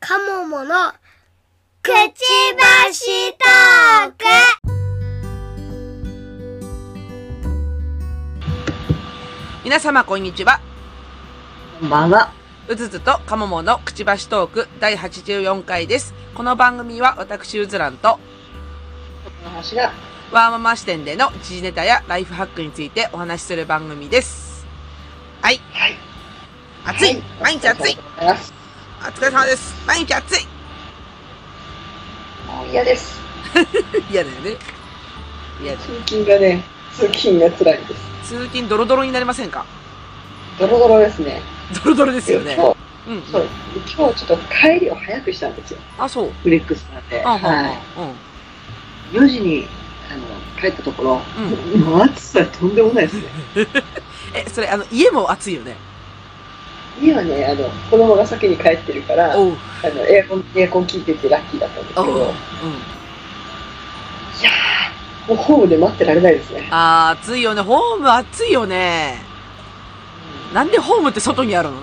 カモモのくちばしトーク皆様こんにちは。こんばんは。うずずとかもものくちばしトーク第84回です。この番組は私うずらんとこの話が、ワーママ視点での時事ネタやライフハックについてお話しする番組です。はい。はい。暑い。毎日暑い。。あお疲れ様です。毎日暑い。 もう嫌です。嫌だよね。嫌だ。通勤がね、通勤が辛いです。通勤ドロドロになりませんかドロドロですね。ドロドロですよね。今日、うん。そうです。今日ちょっと帰りを早くしたんですよ。あ、そう。フレックスなんで。あははあうん。い。4時に、あの、帰ったところ、うんもう暑さとんでもないですね。え、それ、あの、家も暑いよね。家はね、あの、子供が先に帰ってるから、あおう。の、エアコン、エアコン効いててラッキーだったんですけおう。ど、いうんや。ー、もうホームで待ってられないです ね。あー、暑いよね。ホーム暑いよね。なんでホームって外にあるの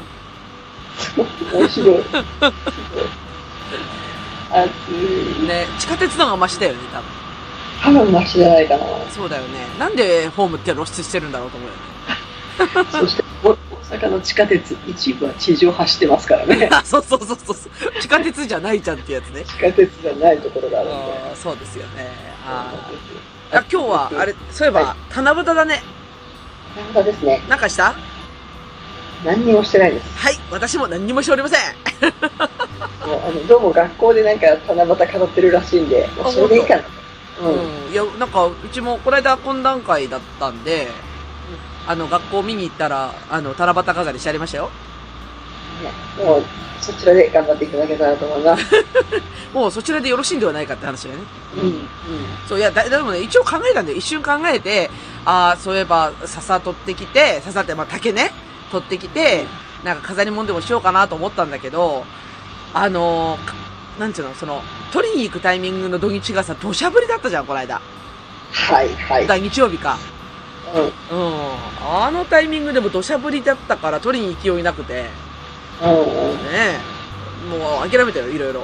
面 白い。暑い。ね、地下鉄の方がマシだよね、多分。多分マシじゃないか な。そうだよね。なんでホームって露出してるんだろうと思うよね。。そして、お大阪の地下鉄一部は地上走ってますから ねあ、 そうそうそうそうそう。地下鉄じゃないじゃんってやつね。地下鉄じゃないところがあるんで。あーそうですよね。あーそうなんあです今日は、あれ、そういえば、は七夕だね。なんかですね、なんかした何にもしてないです。はい、私も何にもしておりません。もうあのどうも学校でなんか七夕飾ってるらしいんで、まああそれでいいかな。うん。うん。いや、なんか、うちも、この間懇談会だったんで、あの、学校見に行ったら、あの、七夕飾りしてありましたよ。ねもう、そちらで頑張っていただけたらと思います。もう、そちらでよろしいんではないかって話だよね。 うん。うん。そう、いや、だ、でもね、一応考えたんだよ。一瞬考えて、ああ、そういえば、笹取ってきて、笹って、まあ、竹ね、取ってきて、なんか飾り物でもしようかなと思ったんだけど、あのーかなんちゅうの、その、取りに行くタイミングの土日がさ、土砂降りだったじゃん、この間。はい、はい。だ日曜日か。うん。うん。うん。あのタイミングでも土砂降りだったから取りに行きよういなくて、ねうん。え。もう諦めたよ、いろ いろ。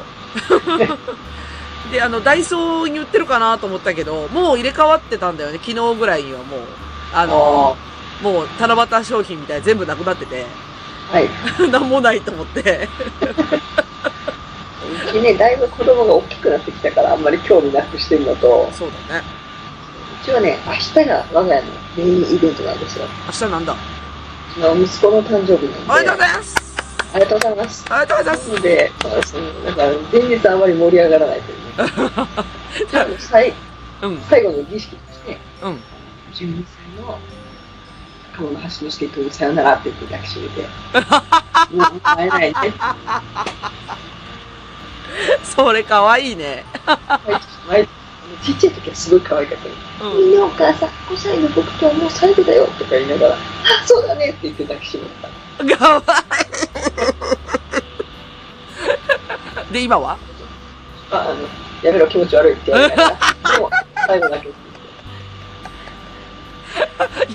で、あの、ダイソーに売ってるかなと思ったけど、もう入れ替わってたんだよね、昨日ぐらいにはもう。ああの、のもう七夕商品みたいに全部なくなってて、 はい。なんもないと思って。うちね、だいぶ子供が大きくなってきたから、あんまり興味なくしてるのと、そうだね。一応ね、明日が我が家のメインイベントなんですよ。明日なんだ。うちの息子の誕生日おめなでとうんでご、ざいますありがとうございます。おめでとうございますなので、そうですねなんか前日あまり盛り上がらない というね多分最うん、うん、最後の儀式として、うん。 12歳の鴨の橋之助君にさよならって言って抱きしめて、もう会えないねって それかわいいね。毎年毎年ちっちゃい時はすごい可愛かったのうみん。んなお母さん、5歳の僕とはもう最後だよとか言いながら、あ、そうだねって言って抱きしめてた。かわ いい。で、今はああの、やめろ気持ち悪いって言われたから、でも最後だけって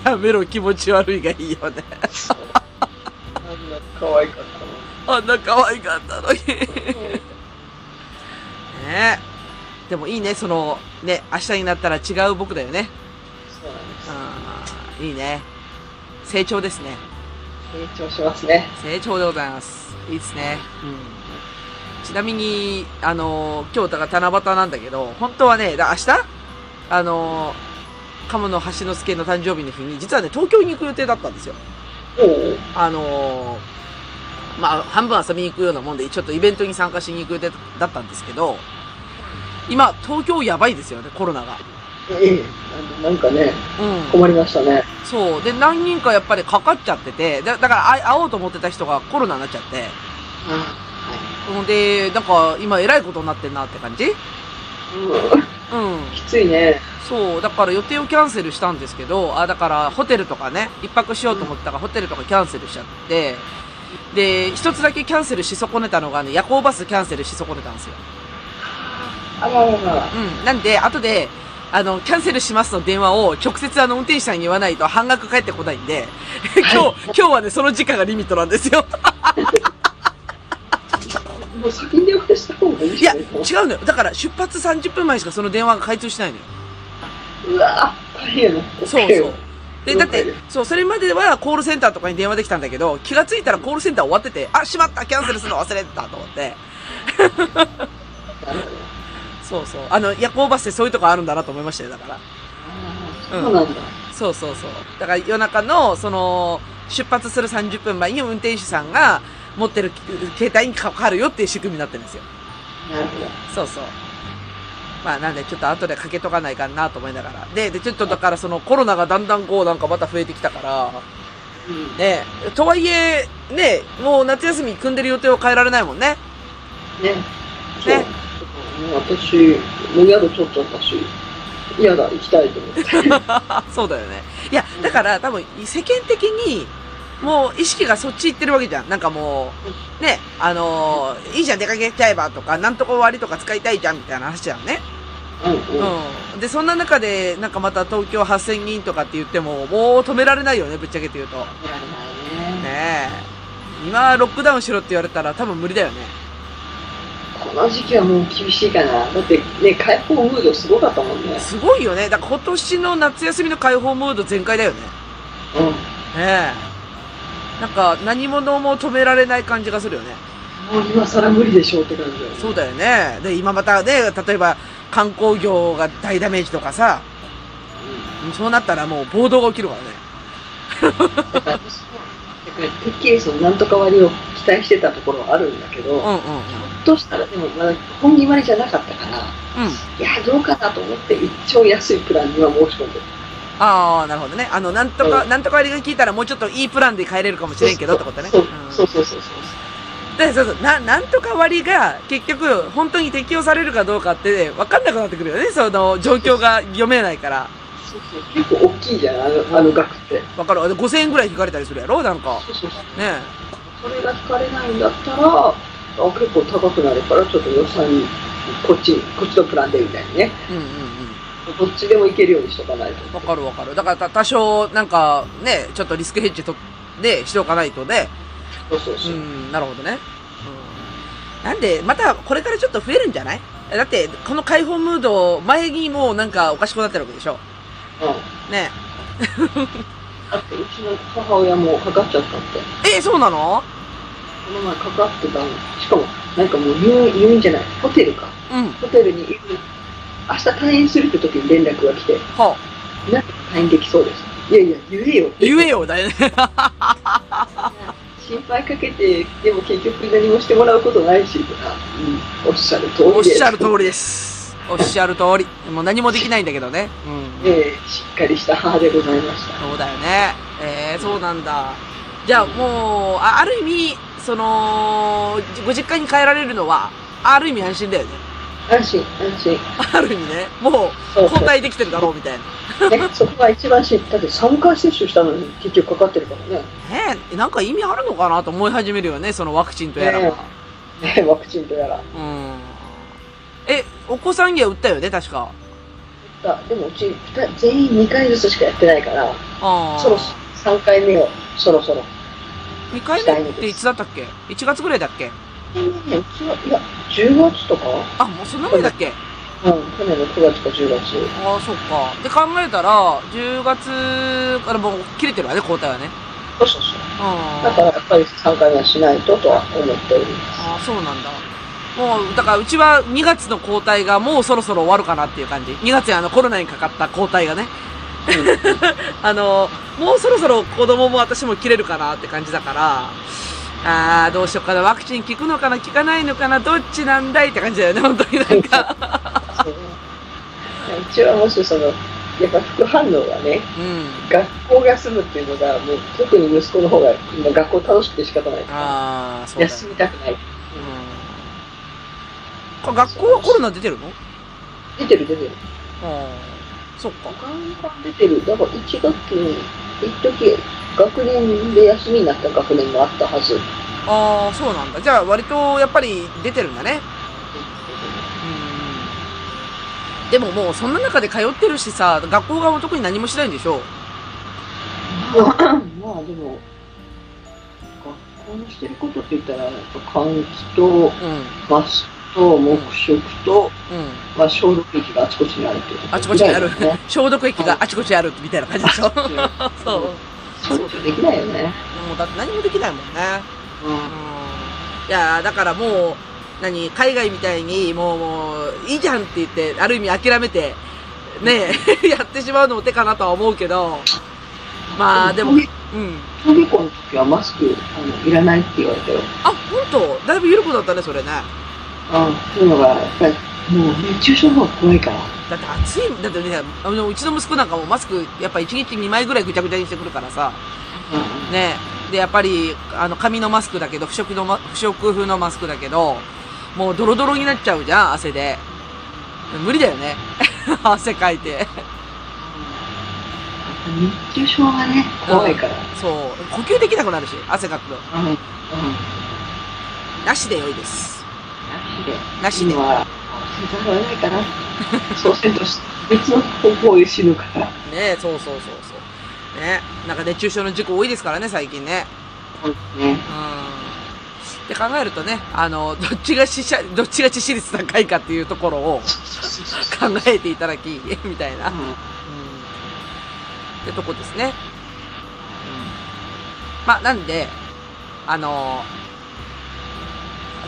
やめろ、気持ち悪いがいいよね。言って。そうあんな可愛かっあんな可愛かったのに。たの。うんねえでもいいね、その、ね、明日になったら違う僕だよね。そうなんあーいいね。成長ですね。です。成長しますね。成長でございます。いいですね。うん。ちなみに、あのー、今日だから七夕なんだけど、本当はね、だ明日あのー、鴨の橋之助の誕生日の日に、実はね、東京に行く予定だったんですよ。おうあのーまあ、半分遊びに行くようなもんで、ちょっとイベントに参加しに行く予定だったんですけど、今、東京やばいですよね、コロナが。ええ、なんかね、うん。困りましたね。そう。で、何人かやっぱりかかっちゃってて、だだから会会おうと思ってた人がコロナになっちゃって、あうんで、なんか今偉いことになってんなって感じうん。はい。うん、きついね。そう。だから予定をキャンセルしたんですけど、あ、だからホテルとかね、一泊しようと思ったからホテルとかキャンセルしちゃって、で、一つだけキャンセルし損ねたのがね、夜行バスキャンセルし損ねたんですよ。あらららら。うん。なんで、後で、あの、キャンセルしますの電話を直接あの運転手さんに言わないと半額返ってこないんで、 今日、今日はね、その時間がリミットなんですよ。もう先に電話した方がいいいや、しね違うのよ。だから出発30分前しかその電話が開通しないのよ。うわぁ、大変やな。そう大変そやうな。。で、だって、そう、それまではコールセンターとかに電話できたんだけど、気がついたらコールセンター終わってて、あ、しまったキャンセルするの忘れてたと思って。なるほどそうそう。あの、夜行バスってそういうとこあるんだなと思いましたよ、だから。あーそうなんだ。そうそうそう。だから夜中の、その、出発する30分前に運転手さんが持ってる携帯にかかるよっていう仕組みになってるんですよ。なるほど。そうそう。まあなんでちょっと後でかけとかないかなと思いながら。で、で、ちょっとだからそのコロナがだんだんこうなんかまた増えてきたから、うん。ねえ、とはいえ、ねえ、もう夏休み組んでる予定を変えられないもんね。 ね。そう。ね、私、もう宿取っちゃったし、嫌だ、行きたいと思って。そうだよね。いや、だから多分世間的に、もう意識がそっち行ってるわけじゃん。なんかもう、ね、あのーいいじゃん、出かけちゃえばとか、なんとか割とか使いたいじゃんみたいな話じゃんね。うんうん。うん。で、そんな中で、なんかまた東京8000人とかって言っても、もう止められないよね、ぶっちゃけて言うと。ねやばいね。え。今、ロックダウンしろって言われたら多分無理だよね。この時期はもう厳しいかな。だってね、開放ムードすごかったもんね。すごいよね。だから今年の夏休みの開放ムード全開だよね。うねえ。なんか、何者も止められない感じがするよね。ん。もう今更無理でしょうって感じだよね。そうだよね。で、今またね、例えば観光業が大ダメージとかさ、そうなったらもう暴動が起きるからね。だから私もだからてっきりそのなんとか割を期待してたところはあるんだけど、うひょんっうんうん。としたらでもまだ本気割りじゃなかったから、うん。いや、どうかなと思って一応安いプランには申し込んでる。ああ、なるほどね。あの、なんとか、うなんとかあれが聞いたらもうちょっといいプランで帰れるかもしれんけどってことね。そううんそうそうそうそうで、そうそう。な、なんとか割が結局本当に適用されるかどうかって分かんなくなってくるよね。その状況が読めないから。そうそう結構大きいじゃん、あのあの額って。わかる。あれ5000円ぐらい引かれたりするやろなんか。そうそうそうねそれが引かれないんだったら、あ結構高くなるから、ちょっと予算に、こっち、こっちのプランでみたいにね。え。うんうんうん。どっちでもいけるようにしとかないと。わかるわかる。だからた、多少、なんか、ね、ちょっとリスクヘッジと、で、しておかないとね。そうそうそうう。ん、なるほどね。うん。なんで、また、これからちょっと増えるんじゃないだって、この解放ムード、前にもうなんかおかしくなってるわけでしょ。うんねだって、うちの母親もかかっちゃったって。え。えそうなのこの前かかってたの。しかも、なんかもう入院、入院じゃない。ホテルか。うん。ホテルにいる。明日退院するって時に連絡が来て、はあ、なんか退院できそうです。いやいや、言えよって。言えよ、だよね。心配かけて、でも結局何もしてもらうことないし、とか、うん、おっしゃる通りです。おっしゃる通りです。おっしゃる通り。もう何もできないんだけどね。うん。ええしっかりした母でございました。そうだよね。えー、そうなんだ。じゃあもう、あある意味、その、ご実家に帰られるのは、ある意味安心だよね。安心、安心。ある意味ね。もう、そうそ交う代できてるだろうみたいな。ね、そこが一番心配。だって3回接種したのに結局かかってるからね。ねえ、なんか意味あるのかなと思い始めるよね、そのワクチンとやら。ねえねえワクチンとやら。うん。え、お子さんには打ったよね、確か。だでもうち二人全員2回ずつしかやってないから、あそろそろ3回目をそろそろ。 2回目っていつだったっけ ?1 月ぐらいだっけねえうちは、いや、10月とかあ、もうそんなぐらいだっけうん、去年の9月か10月。ああ、そっか。で考えたら、10月からもう切れてるわね、交代はね。そうそうそう。うん。だからやっぱり3回目はしないととは思っております。ああ、そうなんだ。もう、だからうちは2月の交代がもうそろそろ終わるかなっていう感じ。2月にあのコロナにかかった交代がね。 あの、もうそろそろ子供も私も切れるかなって感じだから、ああ、どうしようかな。ワクチン効くのかな効かないのかなどっちなんだいって感じだよね、本当になんか。そううちはもしその、やっぱ副反応がね、うん。学校が住むっていうのが、もう特に息子の方が今学校楽しくて仕方ないから、ああ、そうだ、ね休。みたくない。うんこ。学校はコロナ出てるの出てる出てる。うん。そっか。ガンガン出てる。だから1学期に、一時学年で休みになった学年もあったは ず。ああ、そうなんだ。じゃあ割とやっぱり出てるんだね。うんでももうそんな中で通ってるしさ、学校側も特に何もしないんでしょまあでも、このしてることって言ったら、やっぱ換気と、うん。うん。マスクと、黙食と、まあ、消毒液があちこちにあるってことあちこちにあるできないよね。消毒液があちこちにあるみたいな感じでしょ。そう。もそういうことできないよね。うだって何もできないもんね。うん。いやーだからもう、何、海外みたいに、もう、もう、いいじゃんって言って、ある意味諦めて、ね、 やってしまうのも手かなとは思うけど、まあでも、う登ん下。登下校の時はマスクあのいらないって言われたよ。あ、本当だいぶ緩くなったね、それね。うん。というのが、やっぱり、もう熱中症の方が怖いから。だって暑い、だってね、あの、うちの息子なんかもうマスク、やっぱ一日2枚ぐらいぐちゃぐちゃにしてくるからさ、うん。ね。で、やっぱり、あの、紙のマスクだけど、不織のま、不織風のマスクだけど、もうドロドロになっちゃうじゃん、汗で。無理だよね。 汗かいて。熱中症がね、怖いから。そう。呼吸できなくなるし、汗かくと。うん。うん。なしで良いです。ななししでで。今は、せざるを得ないか な。そうせんとし、別の方法で死ぬから。ねえ、そうそうそうそう。ねなんか熱中症の事故多いですからね、最近ね。そうですうね。ん。って考えるとね、あの、どっちが死者、どっちが致死率高いかっていうところを考えていただき、みたいな。うん。ってとこですね。うん。まあ、なんで、あの、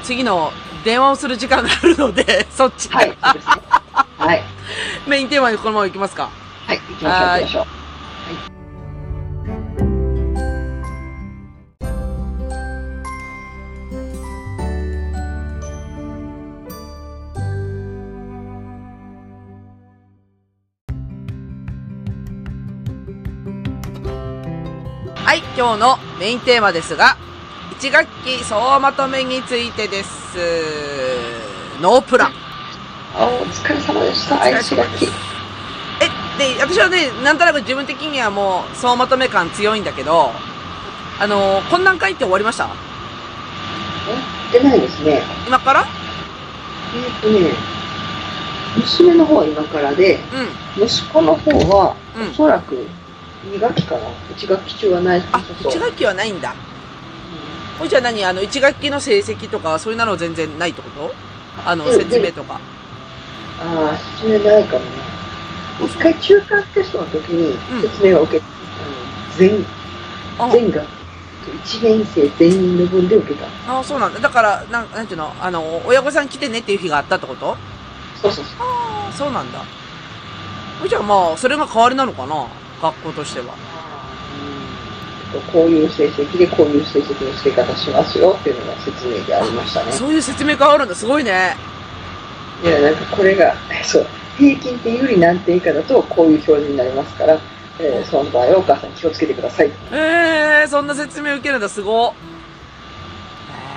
次の電話をする時間があるので、 そっちはい、そうですね。はい。メインテーマにこのまま行きますか。はい、行きましょう、は行いきましょう。はい、今日のメインテーマですが、1学期総まとめについてです。ノープラン。あお疲れ様でした。お疲れ愛知様楽です器。え、で、私はね、なんとなく自分的にはもう総まとめ感強いんだけど、あのー、こんなん書いて終わりました出ないですね。今からえっとね、娘の方は今からで、うん、うん。息子の方は、おあ、そらく2学期かな。1学期中はない。そう1学期はないんだ。これじゃあ何あの、1学期の成績とか、そういうの全然ないってことあの、うん説明とか。ああ、説明ないかもね。一回中間テストの時にうん説明を受けた、ああの全、全学、1年生全員の分で受けた。あそうなんだ。だから、なん、なんていうのあの、親御さん来てねっていう日があったってことそうそうそう。あそうなんだ。じゃあまあ、それが代わりなのかな学校としては。うんこういう成績でこういう成績の付け方しますよっていうのが説明でありましたね。そういう説明変わるんだ。すごいね。いや、なんかこれが、 そう、平均点より何点以下だとこういう表示になりますから、えーその場合はお母さん気をつけてください。ええー、そんな説明受けるんだ。すご。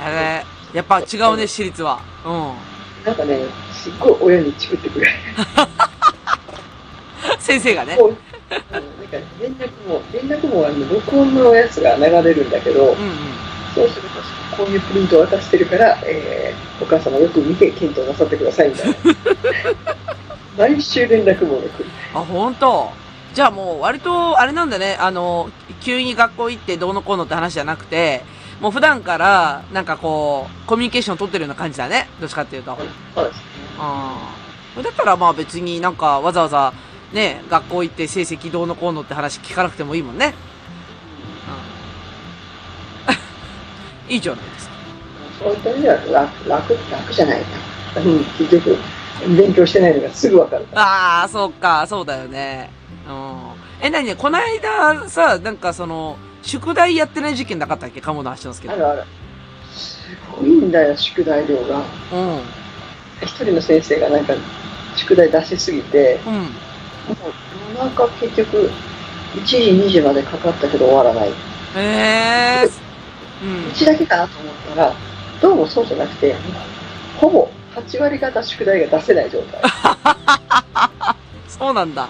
ええやっぱ違うね、私立は。うなんかね、すっごい親にチクってくれる。ん。先生がね。こうあのなんか連絡も、連絡もあの録音のやつが流れるんだけどうん、うん。そうすると、こういうプリントを渡してるから、えーお母様よく見て検討なさってくださいみ たいな。毎週連絡も来る。あ、本当。じゃあもう割と、あれなんだね、あの、急に学校行ってどうのこうのって話じゃなくて、もう普段から、なんかこう、コミュニケーション取ってるような感じだね。どっちかっていうと。そうです。うん。だったらまあ別になんかわざわざね、学校行って成績どうのこうのって話聞かなくてもいいもんね。 うん。いいじゃないですか。そういった意味では楽楽楽じゃないな。うん、結局、勉強してないのがすぐわかる。ああ、そうか、そうだよね。うん。え、なにこの間さ、なんかその、宿題やってない事件なかったっけ鴨の橋なんですけどあ。るある。すごいんだよ、宿題量が。うん。うん。一人の先生がなんか、宿題出しすぎて、もう夜中結局、1時、2時までかかったけど終わらない。ええー。うんう。ちだけかなと思ったら、どうもそうじゃなくて、ほぼ8割方宿題が出せない状態。 そうなんだ。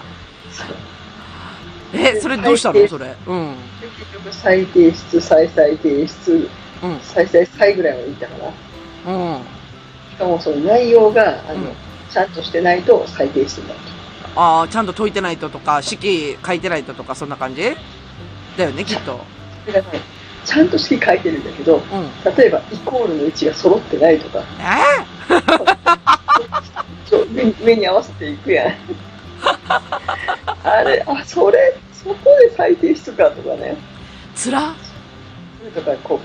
え、それどうしたはのいそれ。うん。結局、再提出、再再提出、うん。再再再ぐらいまでいったかな。うん。しかもその内容があの、うんちゃんとしてないと再提出になるああ、ちゃんと解いてないととか、式書いてないととか、そんな感じだよね、きっと。それがねちゃんと式書いてるんだけど、うん。例えばイコールの位置が揃ってないとか、えーそう目に目に合わせてい くやん。あれ、あ、それ、そこで最低室かとかね。つらとか、こう、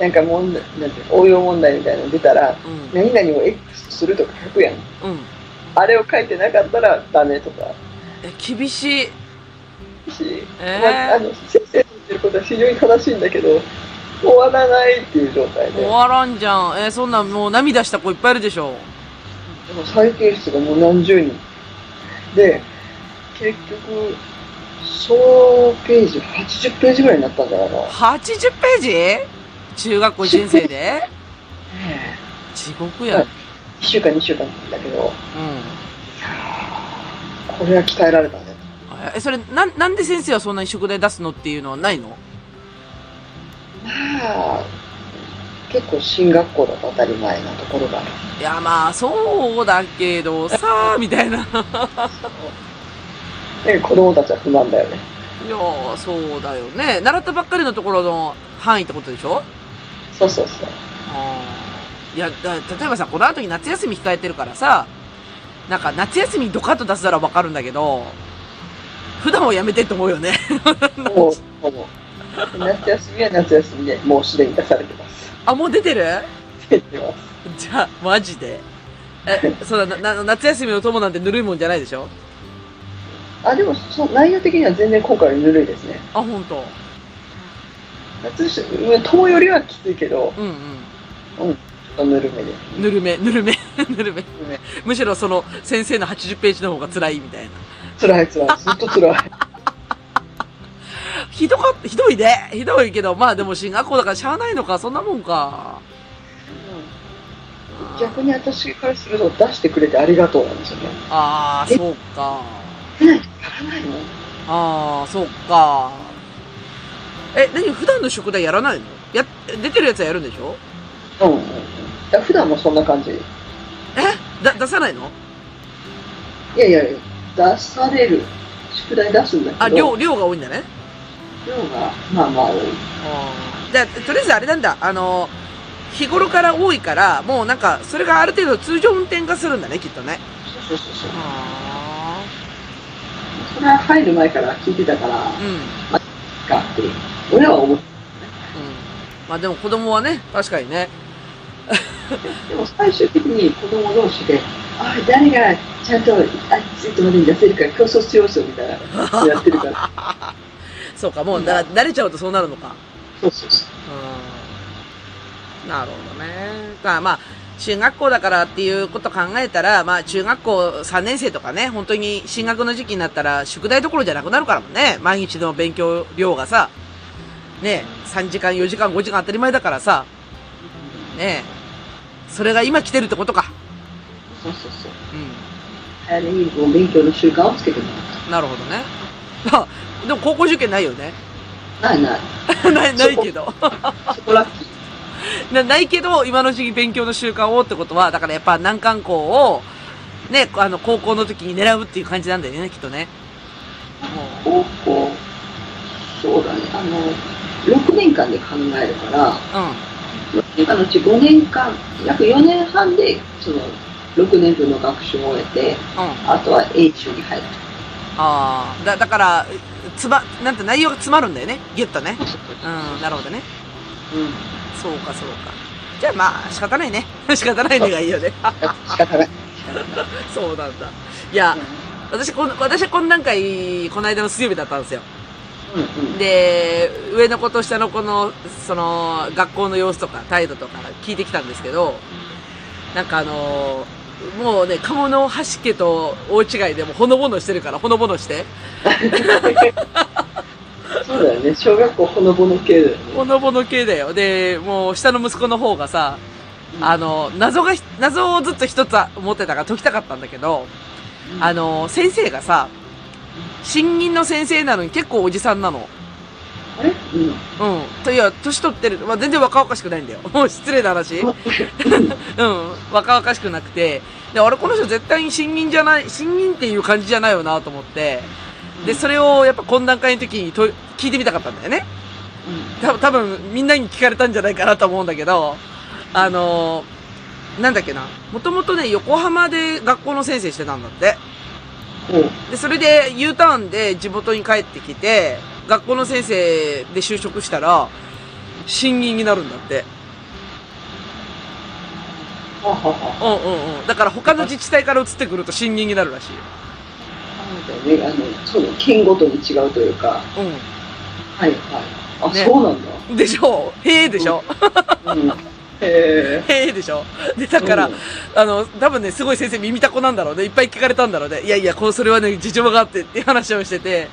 なんか問題、なんていうの応用問題みたいなの出たら、うん。何々を X するとか書くやん。うん。あれを書いてなかったらダメとか。え、厳しい。し、えまあ、あーの先生の言ってることは非常に正しいんだけど終わらないっていう状態で終でもわらんじゃん。えーそんなんもう涙した子いっぱいいるでしょ。再提出がもう何十人で結局総ページ80ページぐらいになったんじゃないかな、 80ページ中学校1年生で地獄や。うはんい。1週間2週間だけどこれは鍛えられたねえ、それ、なん、なんで先生はそんなに宿題出すのっていうのはないのまあ結構進学校だと当たり前なとこ ろがあるいや、まあ、そうだけど、さあ、みたいな。い で子供たちは不満だよねや、そうだよね。習ったばっかりのところの範囲ってことでしょそうそうそういや、だ例えばさ、この後に夏休み控えてるからさ、なんか夏休みドカッと出すならわかるんだけど、普段はやめてって思うよね。 もう、もう、夏休みは夏休みで、もうすでに出されてます。あ、もう出てる出てま す。じゃあ、マジで。え、そうだ、な、な夏休みの友なんてぬるいもんじゃないでしょあ、でも、そう、内容的には全然今回はぬるいですね。あ、ほんと。夏休み、うん友よりはきついけど、うんちょっとぬるめで。うん。ぬるめ、ぬるめ、 ぬるめ。ぬるめむしろその先生の80ページの方が辛いみたいな。辛い辛い、ずっと辛い。ひどかった、ひどいね。ひどいけど、まあでも進学校だからしゃあないのか、そんなもんか。逆に私からすると出してくれてありがとうなんですよね。ああ、そうか。やらないのああ、そうか。え、何普段の宿題やらないのや、出てるやつはやるんでしょうんうんうん。だ普段もそんな感じ。いえだ、出さないのやいや、出される。宿題出すんだけど。あ、量、量が多いんだね。量が、まあまあ多い。じゃあ、とりあえずあれなんだ、あの、日頃から多いから、もうなんか、それがある程度通常運転化するんだね、きっとね。そうそうそうそう。それは入る前から聞いてたから、うん。うん。かって、親は思ってまあでも子供はね、確かにね。でも最終的に子供同士で、あ誰がちゃんとあついつまでに出せるから競争しようよみたいなのやってる から、そうか、もうだ、慣れちゃうとそうなるのか。そうそうそううんなるほどね。まあまあ、中学校だからっていうこと考えたら、まあ中学校3年生とかね、本当に進学の時期になったら宿題どころじゃなくなるからもね、毎日の勉強量がさ、ね、3時間、4時間、5時間当たり前だからさ、ね、それが今来てるってことか。そうそうそう。う早めにお勉強の習慣をつけてもん。なるほどね。あ、でも高校受験ないよね。 らう。ないない。ない、ないけど。そこラッキー。なないけど、今の時期勉強の習慣をってことは、だからやっぱ難関校を、ね、あの、高校の時に狙うっていう感じなんだよね、きっとね。も高校、そうだね。あの、6年間で考えるから、う6年間のうち5年間、約4年半で、その、6年分の学習を終えて、うん、うん。あとは A 中に入る。ああ、だ、だから、つば、なんて内容が詰まるんだよね、ギュッとね。うん、なるほどね。うん。そうか、そうか。じゃあまあ、仕方ないね。 仕方ないのがいいよね。あ仕方ない。そうなんだ。いや、私、こん、私は懇談会、この間の水曜日だったんですよ。うんうん。で、上の子と下の子の、その、学校の様子とか態度とか聞いてきたんですけど、なんかあのーもうね、鴨の端家と大違いでもうほのぼのしてるから、ほのぼのして。そうだよね。小学校ほのぼの系だよね。ほのぼの系だよ。で、もう下の息子の方がさ、あの、謎がひ、謎をずっと一つ持ってたから解きたかったんだけど、うんあ、の、先生がさ、新任の先生なのに結構おじさんなの。あれうん。うん。といや、年取ってる。まあ、全然若々しくないんだよ。もう失礼な話。うん、若々しくなくて、で、あれこの人絶対に新任じゃない、新任っていう感じじゃないよなと思って、で、それをやっぱ懇談会の時にと聞いてみたかったんだよね。た多分みんなに聞かれたんじゃないかなと思うんだけど、あのーなんだっけな。もともとね、横浜で学校の先生してたんだって。うん。こで、それで U ターンで地元に帰ってきて、学校の先生で就職したら、新任になるんだって。う。ははは。うんうんうん。だから他の自治体から移ってくると新任になるらしいよ。そうだね。あの、そうだ。県ごとに違うというか。はいはい。あ、ねそうなんだ。うん。でしょへえでしょ、 うん。へへえでしょで、え。だから、あの、多分ね、すごい先生耳たこなんだろうね。いっぱい聞かれたんだろうね。いやいや、こう、それはね、事情があってって話をしてて、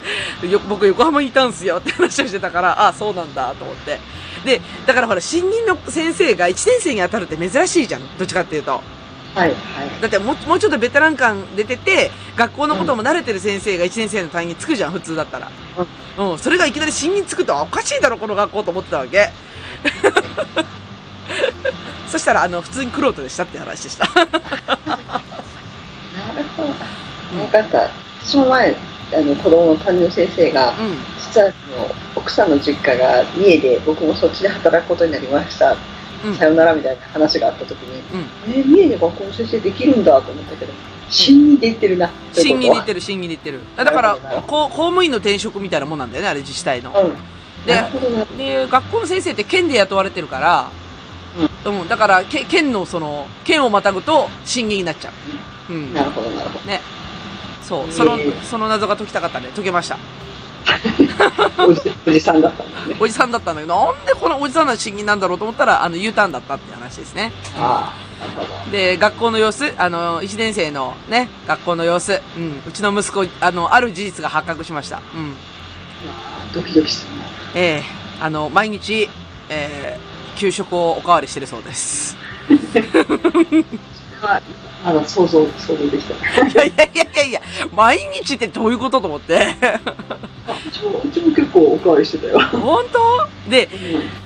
よ僕横浜にいたんすよって話をしてたから、ああ、そうなんだと思って。で、だからほら、新任の先生が1年生に当たるって珍しいじゃん。どっちかっていうと。はいはい。だってもう、もうちょっとベテラン感出てて、学校のことも慣れてる先生が1年生の単位につくじゃん、普通だったら。うん、それがいきなり新任つくと、あおかしいだろ、この学校と思ってたわけ。 そしたら、あの、普通にクロートでしたって話でした。なるほど。なんかさ、その前、あの、子供の担任の先生が、うん。実はあの奥さんの実家が三重で僕もそっちで働くことになりました、うんさよならみたいな話があった時に、うえー三重で学校の先生できるんだと思ったけど新任で言ってるなという審議にこ行ってる、審議に行ってる。だから、なるほどなるほこう公務員の転職みたいなもんなんだよね、あれ自治体とはの。うんでなるほどなるで、学校の先生って県で雇われてるから、うん。だから、け県のその、県をまたぐと審議になっちゃう。うん。なるほどなるほそう。そのええ、その謎が解きたかったね。解けました。ど おじおじさんだったんですねおじさんだったんだけど、なんでこのおじさんの審議なんだろうと思ったら、あの、U ターンだったって話ですね。ああなるほどで、学校の様子、あの、1年生のね、学校の様子、うん。うちの息子、あの、ある事実が発覚しました。うん。あードキドキするなええあの、毎日、えー、給食をおかわりしてるそうです。まああの想像想像できいたやいやいやいやいや、毎日ってどういうことと思って。 あうちもうちも結構おかわりしてたよ、本当で、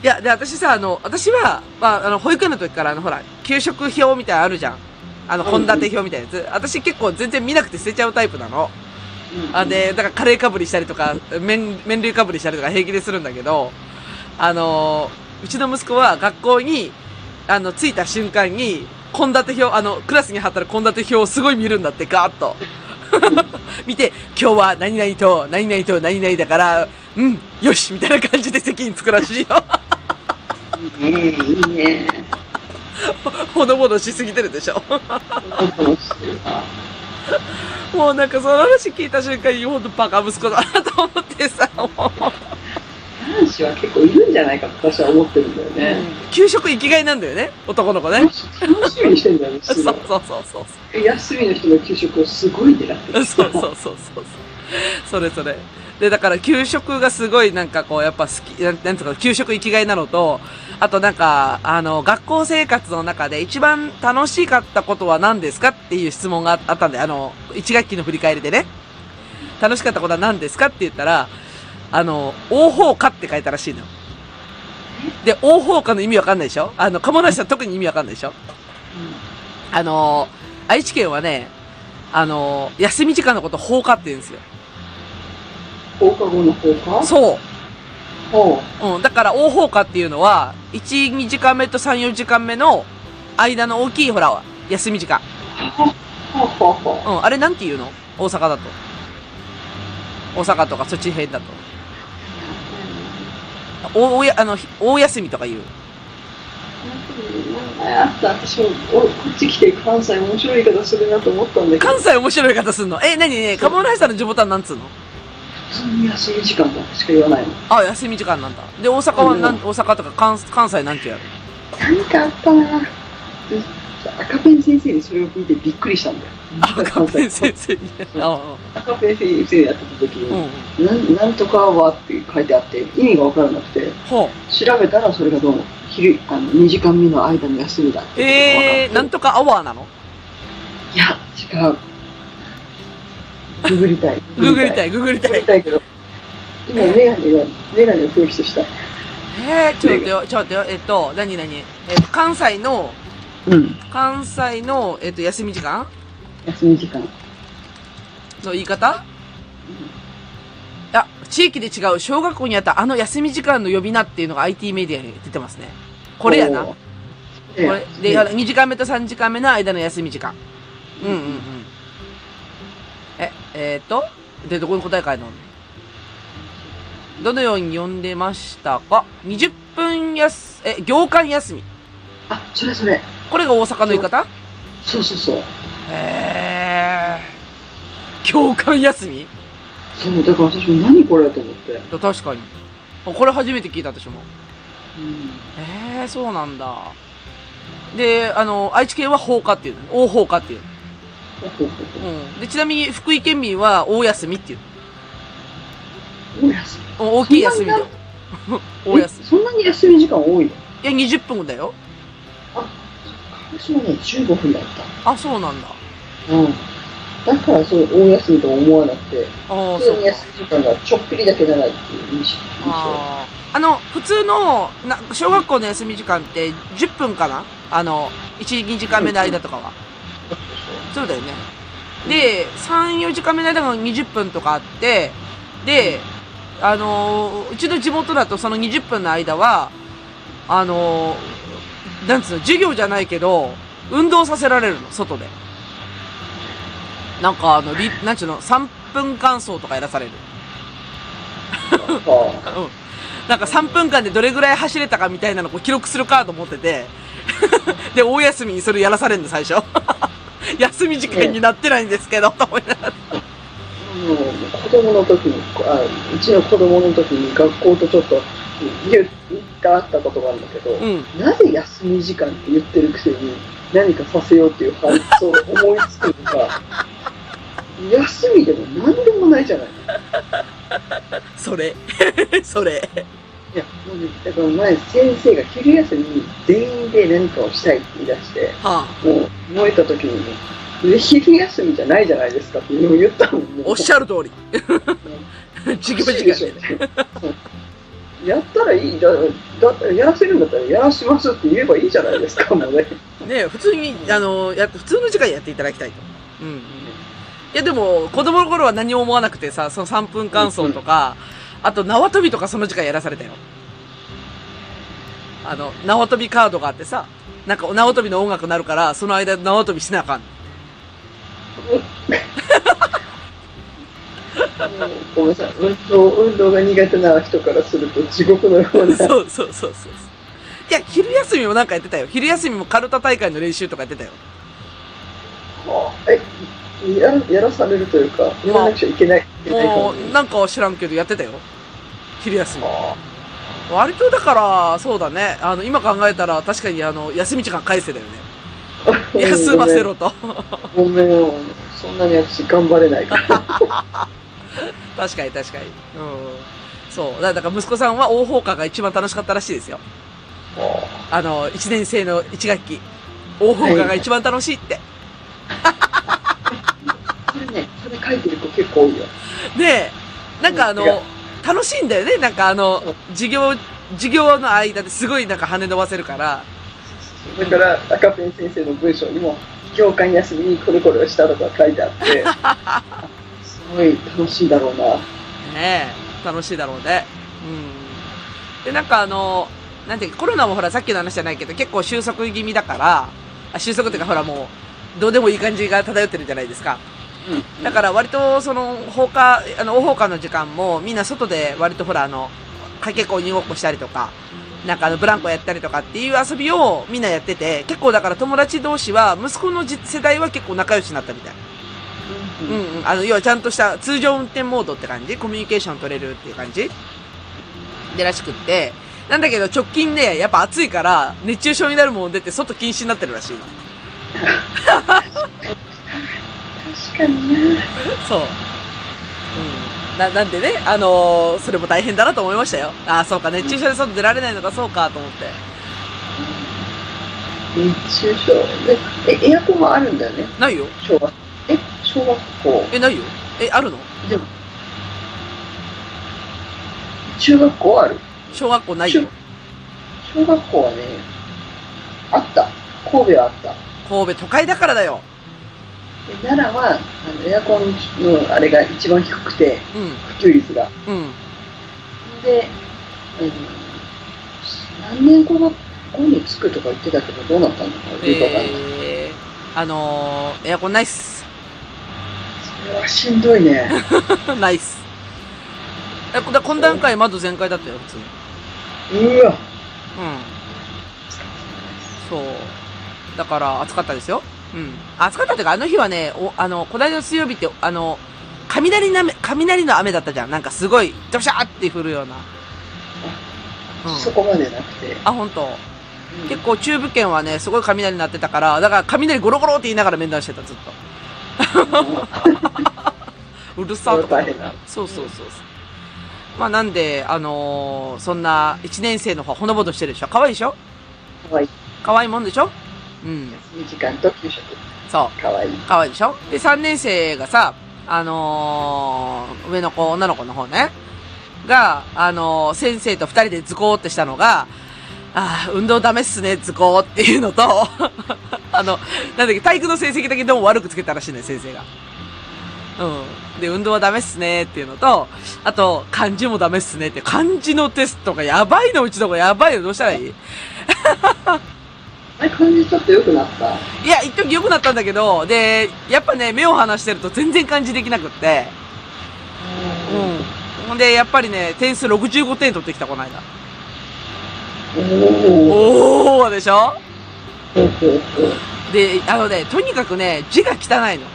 いや、で、私さ、あの、私は、まあ、あの、保育園の時から、あの、ほら、給食表みたいなのあるじゃん。あの、うんうん献立表みたいなやつ。私結構全然見なくて捨てちゃうタイプなの。うんあ、で、だからカレーかぶりしたりとか、麺、麺類かぶりしたりとか平気でするんだけど、あのー、うちの息子は学校に、あの、着いた瞬間に、献立表、あの、クラスに貼ったら献立表をすごい見るんだって、ガーッと。 見て、今日は何々と、何々と、何々だから、うん、よしみたいな感じで席に着くらしいよ。うんいいねいいねほのぼのしすぎてるでしょ。 楽しいなもうなんかその話聞いた瞬間に、ほんとバカ息子だなと思ってさ、もう。男子は結構いるんじゃないかと私は思ってるんだよね。給食生きがいなんだよね、男の子ね。楽しみにしてんだよね、そうすそごうそうそう。い。休みの人の給食をすごい狙っ てそうる。そうそうそうそう。それそれ。で、だから給食がすごいなんかこう、やっぱ好き、なんなんとか、給食生きがいなのと、あとなんか、あの、学校生活の中で一番楽しかったことは何ですかっていう質問がああったんで、あの、一学期の振り返りでね。楽しかったことは何ですかって言ったら、あの、大放火って書いたらしいのよ。で、大放火の意味わかんないでしょあの、鴨梨さん特に意味わかんないでしょあの、愛知県はね、あの、休み時間のこと放課って言うんですよ。放課後の放課そおうう。うん。だから、大放課っていうのは、1、2時間目と3、4時間目の間の大きい、ほら、休み時間。ほうほうほうん。あれなんて言うの大阪だと。大阪とか、そっち辺だと。お、おや、あの、ひ大休みとか言う。う。前あった、私も、おこっち来て関西面白い言い方するなと思ったんだけど関、西面白い方すんのえ、なにね、鴨ライさんの地元はなんつうのそんな休み時間だしか言わないの。あ、休み時間なんだ。で、大阪はなん、う大阪とか関、関西なんてやるなんかあったな。赤ペン先生にそれを聞いてびっくりしたんだよ。赤ペン先生に。あ赤ペン先生やってた時うん。うに、ん。なんなんとかはって書いてあって、意味がわからなくて、ほう。調べたらそれがどうも昼あの2時間目の間の休みだってええー、なんととかアワーなのいや違うググりたいググりたいい、ググりグたグりい。たいけど今メガネがメガネを紛失したえー、ちょっと待ってよ、ちょっと待ってよ、えっと、何何えっと、関西の、うん関西の、えっと、休み時間休み時間の言い方あ、地域で違う小学校にあったあの休み時間の呼び名っていうのが IT メディアに出てますね。これやな。おこー。れ。で、ね2時間目と3時間目の間の休み時間。うんうんうん。え、えっ、ー、と、で、どこに答え書いてあるのどのように呼んでましたか ?20 分やす、え、行間休み。あ、それそれ。これが大阪の言い方そうそうそう。へー。行間休みそう、だから私も何これと思って。だ確かに。これ初めて聞いた私も。うん。ええそうなんだ。で、あの、愛知県は放火っていうのね。大放火っていう。ほうほうほうん。で、ちなみに福井県民は大休みっていう。うお休み。お大きい休みだよ。大休えそんなに休み時間多いのみ。いや、20分だよ。私はね、15分だった。あ、そうなんだ。うん。だからそう、大休みと思わなくて、ああ、普通そうにか。休み時間がちょっぴりだけ長いっていう印象。あーあの、普通の、な、小学校の休み時間って10分かなあの、1、2時間目の間とかは。そうだよね。で、3、4時間目の間が20分とかあって、で、あのーうちの地元だとその20分の間は、あのーなんつうの、授業じゃないけど、運動させられるの、外で。なんかあの、りなんちゅうの、3分間走とかやらされる。印象あうん。なんか3分間でどれぐらい走れたかみたいなのをこう記録するカード持ってて、 で、大休みにそれやらされるの、最初。 休み時間になってないんですけど、と思いながら。あの子供の時にあ、うちの子供の時に学校とちょっと言ったあったことがあるんだけど、うん。なぜ休み時間って言ってるくせに何かさせようっていう発想を思いつくのか休みでも何でもないじゃないそれ。 それ。いやもうねだから前先生が昼休みに全員で何かをしたいって言い出してはあ、もう燃えた時にねで昼休みじゃないじゃないですかっていうのを言ったのもおっしゃる通 り。授業時間でね。うんやったらいいだだやらせるんだったらやらしますって言えばいいじゃないですかもうねね普通に、あの、や、普通の時間やっていただきたいと。うんうん。いや、でも、子供の頃は何も思わなくてさ、その3分間走とか、あと縄跳びとかその時間やらされたよ。あの、縄跳びカードがあってさ、なんか縄跳びの音楽になるから、その間縄跳びしなあかん。ごめんなさい運動運動が苦手な人からすると地獄のよう なそうそうそうそう。いや、昼休みもなんかやってたよ。昼休みもカルタ大会の練習とかやってたよ。えややらされるというかやらなくちゃいけないいけないかももう、なんか知らんけどやってたよ。昼休み。あ割とだから、そうだね。あの、今考えたら、確かにあの、休み時間返せだよね。ー休ませろと。 ごめんごめんそんなに私頑張れないから 確かに確かに。うん。そう。だだから息子さんは大放課が一番楽しかったらしいですよ。あの、一年生の一学期。大放課が一番楽しいって。それねそれ書いてる子結構多いよで、なんかあうん違うの、楽しいんだよね。なんかあの、授業、授業の間ですごいなんか跳ね伸ばせるから。だから赤ペン先生の文章にも「行間休みにコロコロした」とか書いてあってすごい楽しいだろうなねえ、楽しいだろうね。うん。で、なんかあの、なんていうかコロナもほらさっきの話じゃないけど、結構収束気味だから、あ収束っていうかほらもう、どうでもいい感じが漂ってるじゃないですか。だから割とその放課、あの、大放課の時間もみんな外で割とほらあの、かけっこ鬼ごっこしたりとか、なんかあの、ブランコやったりとかっていう遊びをみんなやってて、結構だから友達同士は、息子のじ世代は結構仲良しになったみたい。ううんんうん。あの、要はちゃんとした通常運転モードって感じコミュニケーション取れるっていう感じでらしくって。なんだけど直近ね、やっぱ暑いから、熱中症になるもん出て外禁止になってるらしい。確かになそう。うん。な、なんでね、あのーそれも大変だなと思いましたよ。ああ、そうか、熱中症で外出られないのか、そうか、と思って。熱中症でえエアコンはあるんだよねないよ。小学え小学校え、ないよ。え、あるのでも中学校はある小学校ないよ。小学校はねあった神戸はあった神戸都会だからだよ。で奈良はあのエアコンのあれが一番低くてうん。普及率がうん。で、あの何年後が後につくとか言ってたけどどうなったのかよくわかんない、えー、あのー、エアコンないっす。それはしんどいね ないっす。え、こだ今段階窓全開だったよ、普通に。うわうん。そう。だから、暑かったですよ。うん。暑かったっていうか、あの日はね、お、あの、こないだの水曜日って、あの、雷なめ、雷の雨だったじゃん。なんかすごい、ドシャーって降るような。うん。そこまでなくて、あ、本当。結構中部圏はね、すごい雷鳴ってたから、だから雷ゴロゴロって言いながら面談してた、ずっ 構と。うるさーとか大。変だそうそうそうそう。まあなんで、あのーそんな1年生の方、ほのぼのしてるでしょ。可愛いでしょ可愛い可愛いもんでしょうん。 2時間と給食そう。可愛い可愛いでしょで、3年生がさ、あのー上の子、女の子の方ね、が、あのー先生と二人でズコーってしたのが、ああ、運動ダメっすね、ズコーっていうのと、 あの、なんだっけ、体育の成績だけども悪くつけたらしいね、先生が。うん。で、運動はダメっすねっていうのと、あと、漢字もダメっすねって、漢字のテストがやばいの、うちの子やばいの、どうしたらいいあれ感じちょっと良くなったいや、一時良くなったんだけど、で、やっぱね、目を離してると全然漢字できなくって、うん。ほんで、やっぱりね、点数65点取ってきた、この間。おおおーでしょそうそうそうで、あのね、とにかくね、字が汚いの。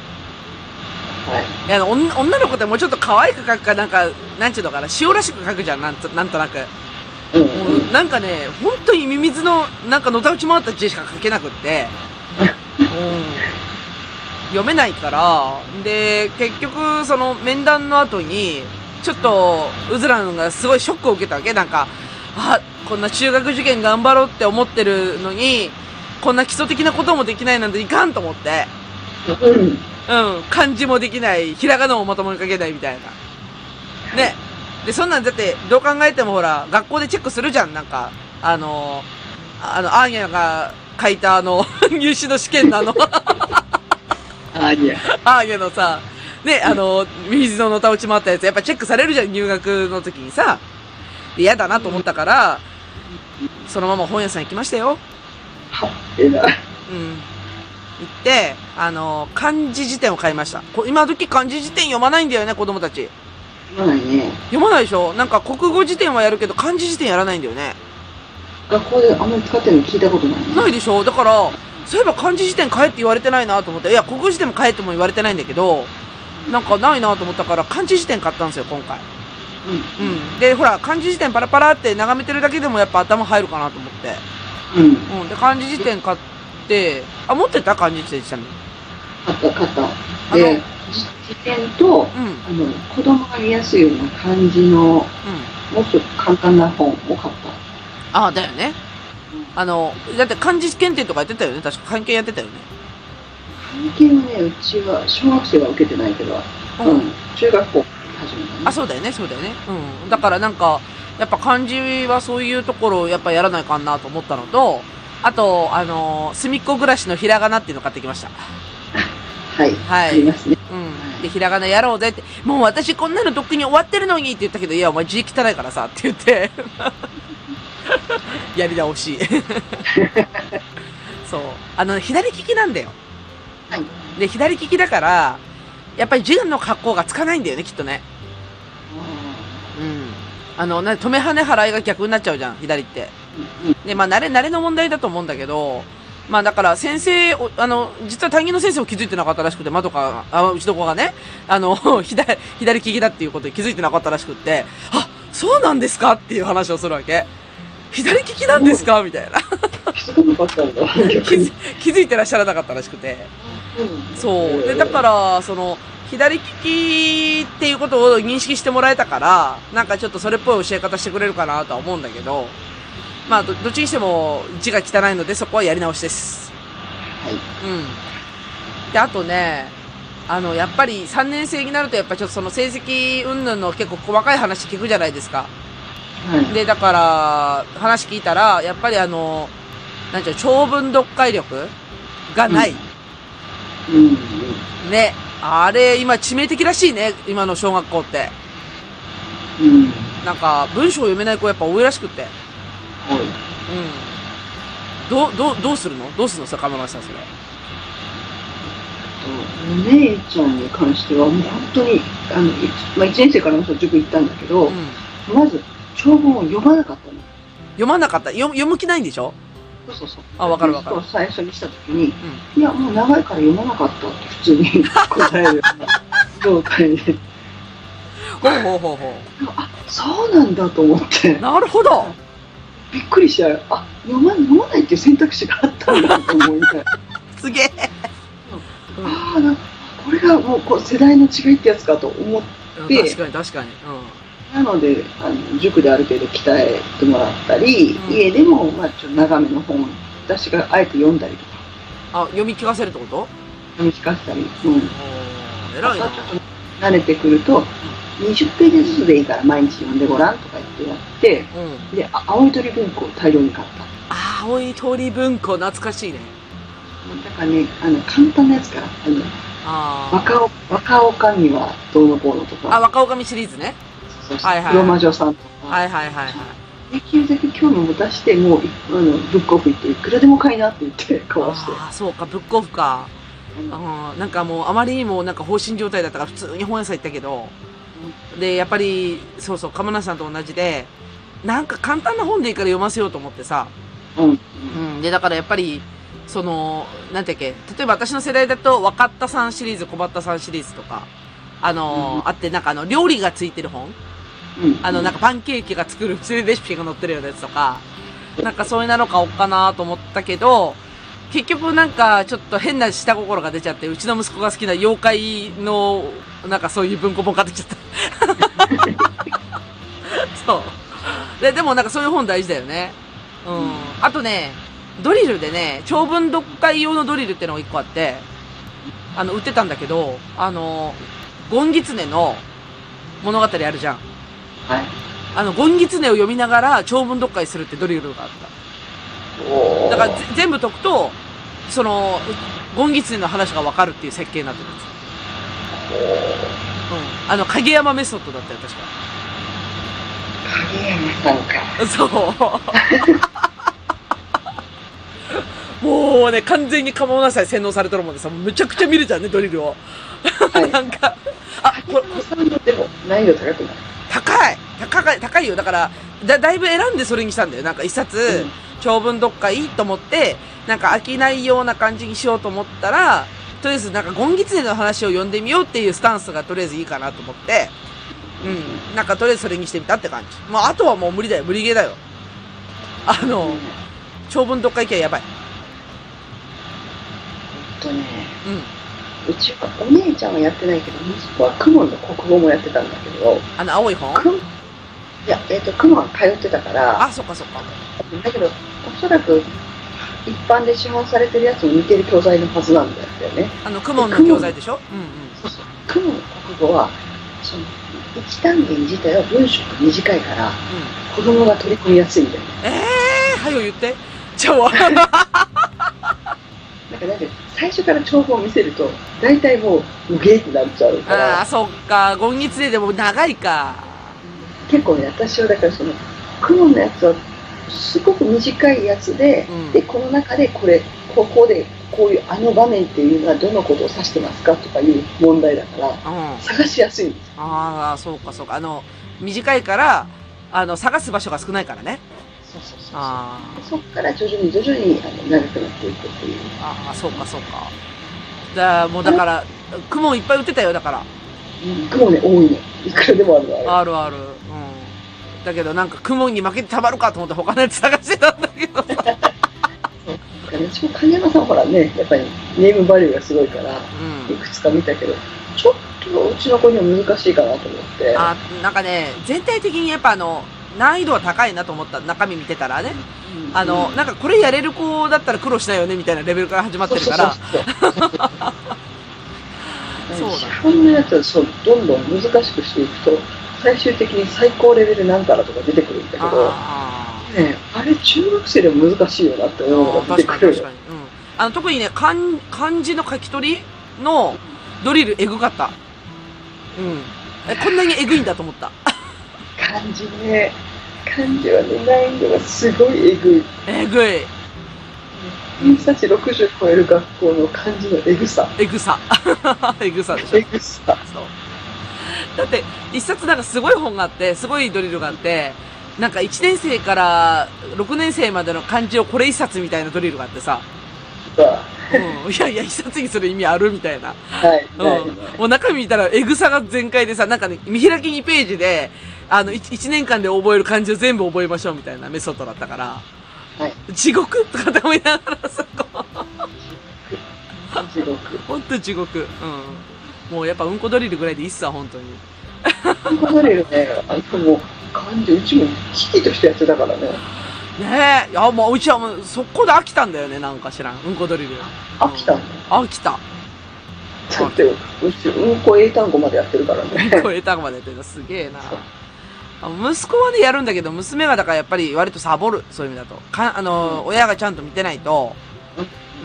はいいやあの女女の子ってもうちょっと可愛く書くか、なんか、なんちゅうのかな、塩らしく書くじゃん、なんとなんとなく。うんもうなんかね、本当にミミズの、なんかのたうち回った字しか書けなくって、うん、読めないから、で、結局、その面談の後に、ちょっと、うずらんがすごいショックを受けたわけ。なんか、あ、こんな中学受験頑張ろうって思ってるのに、こんな基礎的なこともできないなんていかんと思って、うんうんうん、漢字もできない、ひらがなもまともに書けないみたいな。ね。で、そんなんだって、どう考えてもほら、学校でチェックするじゃん、なんか。あの、ああの、アーニャが書いたあの、 入試の試験のあの、 あいやアーニャのさ、ね、あの、水ののた落ち回ったやつ、やっぱチェックされるじゃん、入学の時にさ。で嫌だなと思ったから、そのまま本屋さん行きましたよ。はえらういん。行って、あの、漢字辞典を買いました。こ今時漢字辞典読まないんだよね、子供たち。まあね読まないでしょなんか国語辞典はやるけど漢字辞典やらないんだよね。学校であんまり使ってるの聞いたことないねないでしょだから、そういえば漢字辞典買えって言われてないなと思って、いや、国語辞典も買えっても言われてないんだけど、なんかないなと思ったから漢字辞典買ったんですよ、今回。うん。で、ほら、漢字辞典パラパラって眺めてるだけでもやっぱ頭入るかなと思って。うんうんうん。で、漢字辞典買って、あ、持ってた漢字辞典ちなみに。買った買ったあので、辞典と、うん。うん。あの、子供が見やすいような漢字の、もっと簡単な本を買った。ああ、だよね。あの、だって漢字検定とかやってたよね。確か関係やってたよね。関係はね、うちは、小学生は受けてないけど、うん、中学校始めたね。あ、そうだよね、そうだよね。うん。だからなんか、やっぱ漢字はそういうところをやっぱやらないかなと思ったのと、あと、あのー隅っこ暮らしのひらがなっていうの買ってきました。はい。はいありますね。うん。で、ひらがなやろうぜって、もう私こんなのとっくに終わってるのにって言ったけど、いや、お前字汚いからさって言って、 やり直 し。そう。あの、左利きなんだよ。はい。で、左利きだから、やっぱり字の格好がつかないんだよね、きっとね。うん。あの、な、止め跳ね払いが逆になっちゃうじゃん、左って。で、まあ、慣れ、慣れの問題だと思うんだけど、まあ、だから、先生を、あの、実は担任の先生も気づいてなかったらしくて、まとか、あ、うちの子がね、あの、 左、左利きだっていうことに気づいてなかったらしくって、あ、そうなんですかっていう話をするわけ。左利きなんですかみたいな。あー気づかなかったんだ、 気逆づに。気づいてらっしゃらなかったらしくて。うんそう。で、だか、ら、その、左利きっていうことを認識してもらえたから、なんかちょっとそれっぽい教え方してくれるかなとは思うんだけど、まあ、どどっちにしても字が汚いので、そこはやり直しです。はい。うん。で、あとね、あの、やっぱり3年生になると、やっぱちょっとその成績云々の結構細かい話聞くじゃないですか。はい。で、だから、話聞いたら、やっぱりあの、なんちゃうの、長文読解力がない。うんうん。ね。あれ、今致命的らしいね。今の小学校って。うん。なんか、文章を読めない子やっぱ多いらしくって。はい。うん。どう、どう、どうするのどうするの坂村さん、それ。お姉ちゃんに関しては、もう本当に、あの、いまあ、1年生からもそう塾行ったんだけど、うん。まず、長文を読まなかったの。読まなかった。読読む気ないんでしょそうそうそう。あわかるわかるテストを最初にしたときに、いや、もう長いから読まなかったって普通に 答えるような状態で、ほうほうほうほあ、そうなんだと思ってう。、なるほど。びっくりした。あ、読ま読まないっていう選択肢があったんだと思いたい。すげえ。うんああ、なこれがもうこう世代の違いってやつかと思って、で確かに確かに。なので、あの塾である程度鍛えてもらったり、うん家でも、まあ、ちょっと長めの本、私があえて読んだりとか、あ、読み聞かせるってこと読み聞かせたり、うん。おーま偉いたなちょ。っと慣れてくると、20ページずつでいいから毎日読んでごらんとか言ってやっうん。て、で、あ青い鳥文庫を大量に買った。青い鳥文庫、懐かしいね。なんかね、あの、簡単なやつから、あの、あー。若お、若おかにはどうのこうのとあ、か、若女将シリーズね。そうそうはいはいローマ女さんとか、はいはいはいはい。できるだけ興味を持たして、もう、いあの、ブックオフ行って、いくらでも買いなって言って、買わして。ああ、そうか、ブックオフか。あーなんかもう、あまりにもなんか放心状態だったから、普通に本屋さん行ったけど、で、やっぱり、そうそう、鎌田さんと同じで、なんか簡単な本でいいから読ませようと思ってさ、うん。うん。うん、で、だからやっぱり、その、なんていうっけ、例えば私の世代だと、分かったさんシリーズ、困ったさんシリーズとか、あのーうあって、なんかあの、料理がついてる本うん。あの、なんかパンケーキが作る普通にレシピが載ってるようなやつとか、なんかそういうなの買おっかなと思ったけど、結局なんかちょっと変な下心が出ちゃって、うちの息子が好きな妖怪の、なんかそういう文庫本買ってきちゃった。そう。で、でもなんかそういう本大事だよね。うん。うんあとね、ドリルでね、長文読解用のドリルってのが一個あって、あの、売ってたんだけど、あの、ゴンギツネの物語あるじゃん。はい。あの、ゴンギツネを読みながら長文読解するってドリルがあった。おーだからぜ、全部解くと、その、ゴンギツネの話がわかるっていう設計になってるんですよ。うん。あの、影山メソッドだったよ、確か。影山さんか。 そう。もうね、完全にカモなさい洗脳されとるもんでさ、むちゃくちゃ見るじゃんね、ドリルを。は いなんか、あ、これ、影山さんのでも難易度高くない。高い高い高いよ。だから、だ、だいぶ選んでそれにしたんだよ。なんか一冊、うん長文読解と思って、なんか飽きないような感じにしようと思ったら、とりあえずなんかゴンギツネの話を読んでみようっていうスタンスがとりあえずいいかなと思って、うん。なんかとりあえずそれにしてみたって感じ。まあ、あとはもう無理だよ。無理ゲーだよ。あの、うん長文読解系やばい。えっとね、うん。うちはお姉ちゃんはやってないけど、息子はクモンの国語もやってたんだけど、あの、青い本クモンいや、えっ、と、クモンは通ってたから、あ、そっかそっか。だけど、おそらく一般で市販されてるやつに似てる教材のはずなんだよね。あの、クモンの教材でしょうんうん。そうそう。クモンの国語は、その、一単元自体は文章が短いから、うん。子供が取り込みやすいんだよね。ええー、はよ言って。じゃあ、わだから、最初から帳簿を見せると、大体もう、無芸ってなっちゃうかああ、ら、そっか。ゴンギツネでも長いか。結構ね、私はだからその、クモンのやつは、すごく短いやつで、うんで、この中でこれ、ここで、こういうあの場面っていうのはどのことを指してますかとかいう問題だから、うん。探しやすいんです。ああ、そうか、そうか。あの、短いから、あの、探す場所が少ないからね。そうそうそうそう。あそこから徐々に徐々にあの長くなっていくっていう。ーあー、そうか、そうか。だもうだから、雲いっぱい売ってたよ、だから。雲ね、多いね。いくらでもあるのあれ。あるある。うん。だけどなんか雲に負けてたまるかと思って他のやつ探してたんだけどさ。だからね私も影山さんほらね、やっぱりネームバリューがすごいから、うんい。くつか見たけど、ちょっとうちの子には難しいかなと思って。あ、なんかね、全体的にやっぱあの、難易度は高いなと思った。中身見てたらね。うんあの、なんかこれやれる子だったら苦労しないよねみたいなレベルから 始まってるから。。そうそうそうそうそうだ市販のやつはそうどんどん難しくしていくと、最終的に最高レベルなんたらとか出てくるんだけど、あーね、あれ中学生でも難しいよなって思うのあがー確出てかにくる確よか。に。うん。あの、特にね、漢漢字の書き取りのドリルエグかった。うん。えこんなにエグいんだと思った。漢字ね漢字はね難易度がすごいえぐいえぐい。偏差値60超える学校の漢字のえぐさエグさ。 エグさでしょえ。ぐさそう。だって、一冊なんかすごい本があって、すごいドリルがあって、なんか1年生から6年生までの漢字をこれ一冊みたいなドリルがあってさ、うん、いやいや、一冊にする意味あるみたいな。はい、うんはいもう中身見たら、エグさが全開でさ、なんかね、見開き2ページで、あの、1, 年間で覚える漢字を全部覚えましょうみたいなメソッドだったから、はい地獄 とかと思いながらさ、こう地獄ほんと地獄。うん。もうやっぱうんこドリルぐらいでいいっすわ、本当に。ここれよねあのもう漢字うちも危機としてやってたからねねえ、いや、もう、うちはもう、そこで飽きたんだよね、なんか知らん。うんこドリル。飽きたんだ飽きた。だってうちうんこ英単語までやってるからねこれタグまでやってるのすげえな。あ息子はね、やるんだけど、娘がだからやっぱり割とサボる。そういう意味だと。か、あの、親がちゃんと見てないと、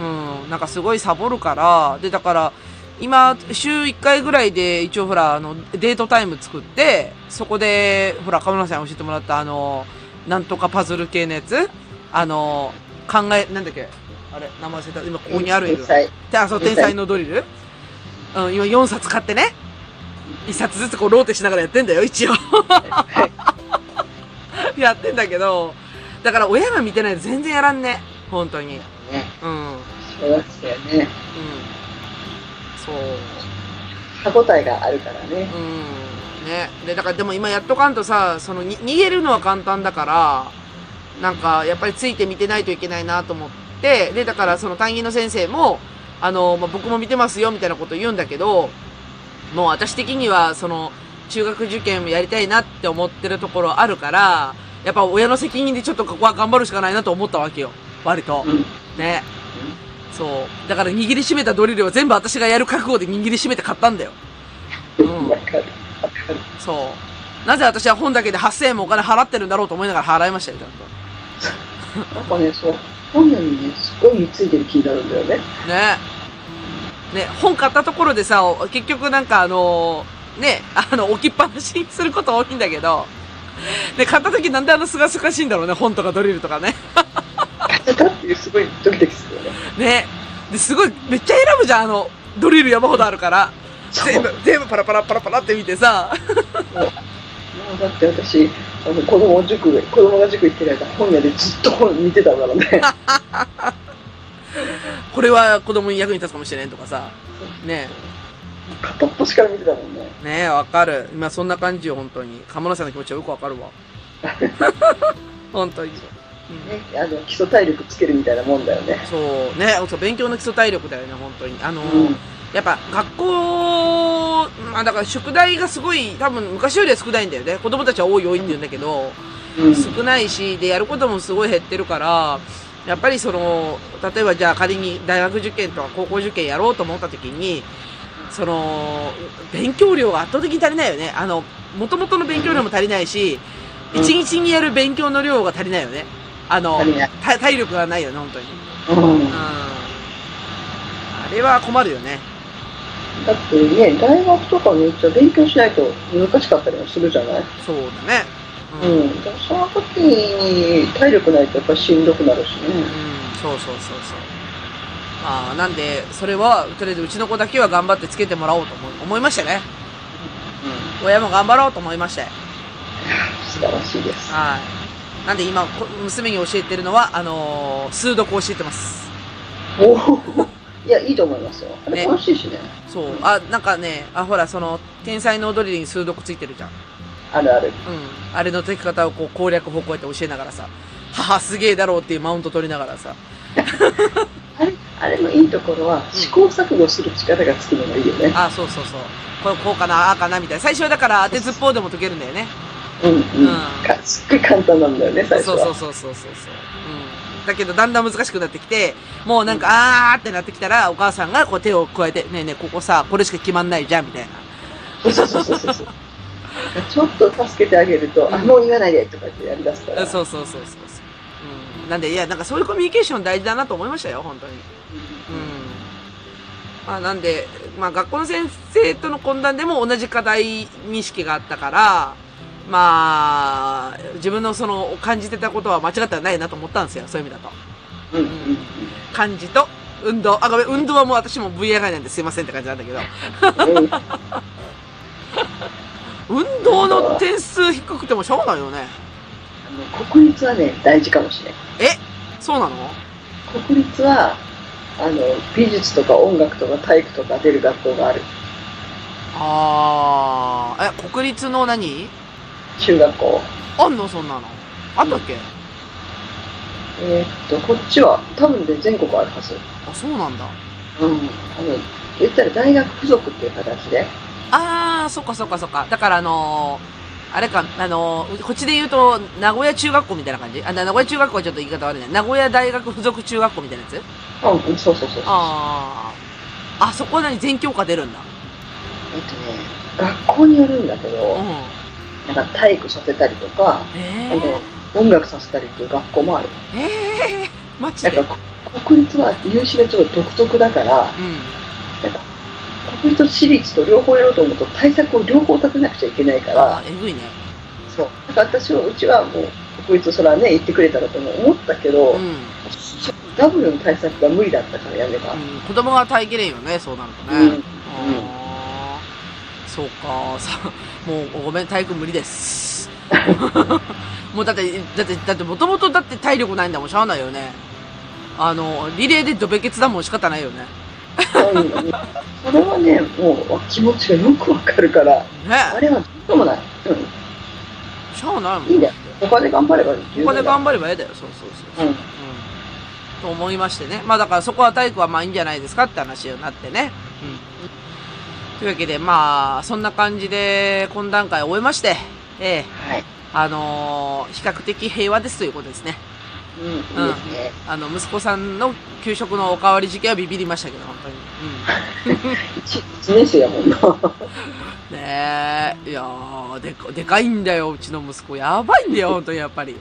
うん、なんかすごいサボるから、で、だから、今、週1回ぐらいで、一応ほら、あの、デートタイム作って、そこで、ほら、カムラさんに教えてもらった、あの、なんとかパズル系のやつあの、考え、なんだっけあれ、名前忘れた。今ここにあるんだけど天才で、あ、そう、天才のドリルうん、今4冊買ってね。1冊ずつこうローテしながらやってんだよ、一応。 やってんだけど、だから親が見てないと全然やらんね。本当に。ねうん。うん。小学生ねそう。歯応えがあるからねうん。ね。で、だからでも今やっとかんとさ、そのに逃げるのは簡単だから、なんかやっぱりついて見てないといけないなと思って、で、だからその担任の先生も、あの、まあ、僕も見てますよみたいなこと言うんだけど、もう私的にはその中学受験もやりたいなって思ってるところあるから、やっぱ親の責任でちょっとここは頑張るしかないなと思ったわけよ。割と。うんね。そう。だから握りしめたドリルは全部私がやる覚悟で握りしめて買ったんだよ。うんわかるわかるそう。なぜ私は本だけで8000円もお金払ってるんだろうと思いながら払いましたよ、ちゃんと。なんかねそう本屋にねすごい貢いでる気になるんだよねねね、本買ったところでさ、お結局なんかあのーね、あの、置きっぱなしにすること多いんだけど、ね、買った時なんであのすがすがしいんだろうね、本とかドリルとかね。買ったっていうすごいドキドキするよねね。で、すごい、めっちゃ選ぶじゃん、あの、ドリル山ほどあるから。そう全部、全部パラパラパラパラって見てさ。もうだって私あの子供塾へ子供が塾行ってる間本屋でずっと本見てたから ねこれは子供に役に立つかもしれんとかさ。ね。片っ端から見てたもんねねえ、わかる。今そんな感じよ、本当に。鴨野さんの気持ちはよくわかるわ。 本当に。うんねあの基礎体力つけるみたいなもんだよねそうね、そう勉強の基礎体力だよね、本当に。あの、うんやっぱ学校、まあだから宿題がすごい、多分昔よりは少ないんだよね。子供たちは多い多いって言うんだけど、うん少ないし、で、やることもすごい減ってるから、やっぱりその、例えばじゃあ仮に大学受験とか高校受験やろうと思った時に、その、勉強量が圧倒的に足りないよね。あの、元々の勉強量も足りないし、うん一日にやる勉強の量が足りないよね。あの足、りないた体力がないよね、本当に。うんうんあれは困るよね。だってね大学とかめっちゃ勉強しないと難しかったりもするじゃないそうだね。ううん。うん、んでもその時に体力ないとやっぱしんどくなるしねそうそうそうそう。まあ、なんで、それは、とりあえずうちの子だけは頑張ってつけてもらおうと思う思いましたね。親も頑張ろうと思いまして。素晴らしいですはい。なんで今、こ娘に教えてるのは、あのー数読を教えてます。おお いやいいと思いますよあねれ楽しいしねそう。あ、なんかね、あ、ほら、その、天才の踊りに数読ついてるじゃん。あるあるうん。あれの解き方をこう攻略法こうやって教えながらさ、母すげえだろうっていうマウント取りながらさ、あれあれのいいところは試行錯誤する力がつくのがいいよね。あそうそうそう。これこうかな、ああかな、みたいな。最初はだから当てずっぽうでも解けるんだよね。うんううんん。かすっごい簡単なんだよね、最初そうは。そうそうそうそうそう。うん。だけど、だんだん難しくなってきて、もうなんか、あーってなってきたら、お母さんがこう手を加えて、ねえねえ、ここさ、これしか決まんないじゃん、みたいな。そうそうそうそうそう。ちょっと助けてあげると、あ、もう言わないでとかってやりだすから。そうそうそうそうそう。うん。なんで、いや、なんかそういうコミュニケーション大事だなと思いましたよ、本当に。ううん。まあ、なんで、まあ、学校の先生との懇談でも同じ課題認識があったから、まあ、自分のその感じてたことは間違ってはないなと思ったんですよ、そういう意味だと。うんうん漢字と運動。あ、ごめん、運動はもう私も VI なんですいませんって感じなんだけど、うん。うん運動の点数低くてもしょうがないよね。あの国立はね大事かもしれないそうなの国立はあの美術とか音楽とか体育とか出る学校があるああ、え、国立の何中学校あんのそんなの。あったっけえーっとこっちは多分で全国あるはずあ、そうなんだ。うんあの言ったら大学付属っていう形でああ、そっかそっかそっか。だからあのーあれか、あのーこっちで言うと、名古屋中学校みたいな感じあ、な名古屋中学校はちょっと言い方悪いね。名古屋大学附属中学校みたいなやつあうんそうそうそうそうああ。あ、そこは何全教科出るんだ。えっとね学校によるんだけうどん、。なんか体育させたりとかえあの音楽させたりっていう学校もあるえー、えー、マジなんでかこ国立は入試がちょっと独特だからうん。国立と私立と両方やろうと思うと対策を両方立てなくちゃいけないからあー、えぐいね。そう。だから私は、うちはもう、国立そらね、行ってくれたらとも思ったけど、うん。ダブルの対策が無理だったからやめた。うん、子供が耐えきれんよね、そうなるとね。うん。あーそうか、さ、もうごめん、体育無理 です。もうだって、だって、だって、もともとだって体力ないんだもん、しゃあないよね。あの、リレーでドベケツだもん仕方ないよね。そういうのに。それはね、もう、気持ちがよくわかるから、あねれはどうもない。しゃあないもうん。いいんん。だよ。他で頑張れば十他分でだ。頑張ればええだよ、そうそうそう。ううん。ん。と思いましてね。まあだからそこは体育はまあいいんじゃないですかって話になってね。うん。というわけで、まあ、そんな感じで、懇談会を終えまして、ええ、はい。あのー比較的平和ですということですね。うん。いいですね。あの、息子さんの給食のおかわり事件はビビりましたけど、本当に。一一年生やもんな。 うん。ねえ、いやー、でか、でかいんだよ、うちの息子。やばいんだよ、本当にやっぱ り。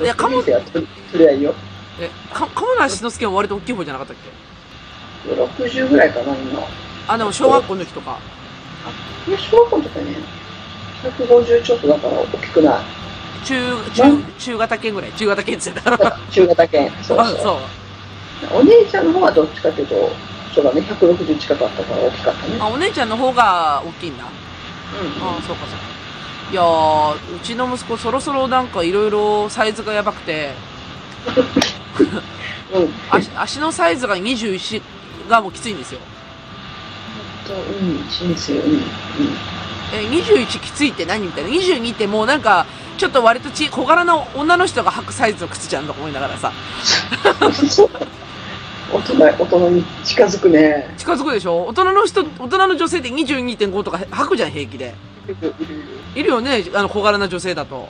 いや、かも一年、生はとりとりあえずよ。え、か、かもなしのすけも割と大きい方じゃなかったっけ60ぐらいかな、今。あ、でも小学校の時とか。いや、小学校の時はね、150ちょっとだから大き くない。中、中、中型犬ぐらい。中型犬って言ってたら。中型犬。そうあ、そう。そう。お姉ちゃんの方はどっちかというと、そうだね、160近かったから大きかったね。あ、お姉ちゃんの方が大きいんだ。ああ、そうかそうか。いやー、うちの息子そろそろなんかいろいろサイズがやばくて、うん。うん。足足のサイズが21がもうきついんですよ。と、うん、人生、うん。うん。え、21きついって何みたいな。22ってもうなんか、ちょっと割とち小柄な女の人が履くサイズの靴じゃんとか思いながらさ、そう大人、大人に近づくね。近づくでしょ大人の人、大人の女性って22.5とか履くじゃん、平気で。いるいるいるいるよね、あの小柄な女性だと。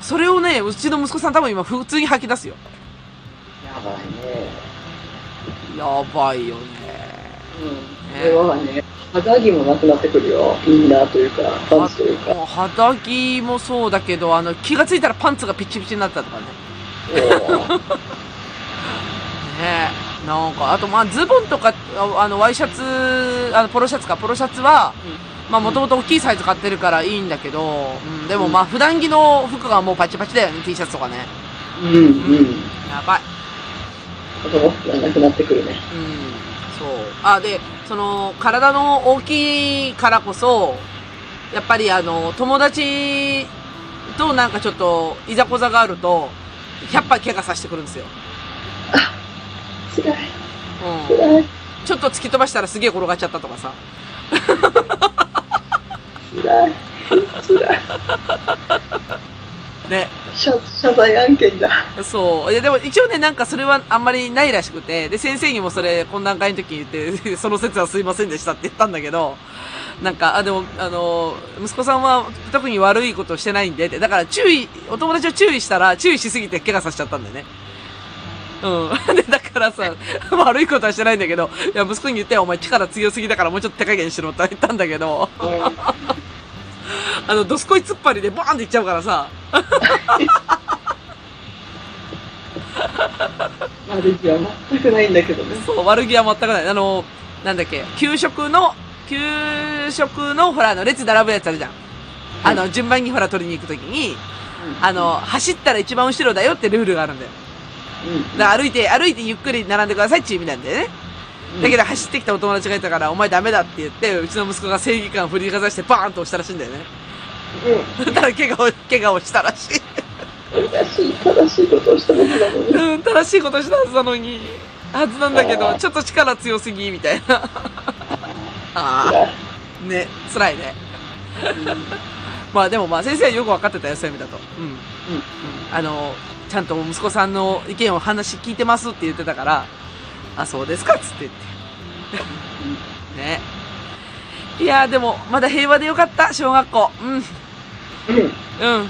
それをね、うちの息子さん多分今普通に履き出すよ。やばいね。やばいよね。うん。これはね、肌着もなくなってくるよ。インナーというか、パンツというか。ももう肌着もそうだけど、あの、気がついたらパンツがピッチピチになったとかね。うねえ。なんか、あと、まあ、ズボンとか、ああの、ワイシャツ、あの、ポロシャツか、ポロシャツは、まあ、もともと大きいサイズ買ってるからいいんだけど、うん、でもまあ、普段着の服がもうパチパチだよね、T シャツとかね。うん、うん。やばい。子供服がなくなってくるね。うん、そう。あ、で、その、体の大きいからこそ、やっぱりあの、友達となんかちょっと、いざこざがあると、100杯怪我させてくるんですよ。辛い、うん。辛い、ちょっと突き飛ばしたらすげえ転がっちゃったとかさ。辛い、辛い。ね。謝謝罪案件だ。 そう。いや、でも一応ね、なんかそれはあんまりないらしくて、で、先生にもそれ、懇談会の時に言って、 その説はすいませんでしたって言ったんだけど、なんか、あ、でも、あの、息子さんは特に悪いことしてないんでって、だから注意、お友達を注意したら、注意しすぎて怪我させちゃったんだよね。うん。で、 だからさ、悪いことはしてないんだけど、いや、息子に言って、お前力強すぎだからもうちょっと手加減しろって言ったんだけど、あの、どすこい突っ張りでボーンっていっちゃうからさ、悪気は全くないんだけどね。そう、悪気は全くない。あの、なんだっけ、給食の、給食のほら、あの、列並ぶやつあるじゃん。あの、順番にほら、取りに行くときに、あの、走ったら一番後ろだよってルールがあるんだよ。うん、だから歩いて、歩いてゆっくり並んでくださいっていう意味なんだよね。だけど走ってきたお友達がいたから、お前ダメだって言って、うちの息子が正義感を振りかざしてバーンと押したらしいんだよね。 だから怪我を、怪我をしたらしい。うん、正しい、正しいことをしたものなのに。うん、正しいことしたはずなのに。はずなんだけど、ちょっと力強すぎ、みたいな。ああ、ね、辛いね。まあでもまあ先生はよく分かってたよ、そういう意味だと。うん。うん。あの、ちゃんと息子さんの意見を話聞いてますって言ってたから、あ、そうですかっつって言って。ね。いやーでも、まだ平和でよかった、小学校。うん。うん、うん、うん。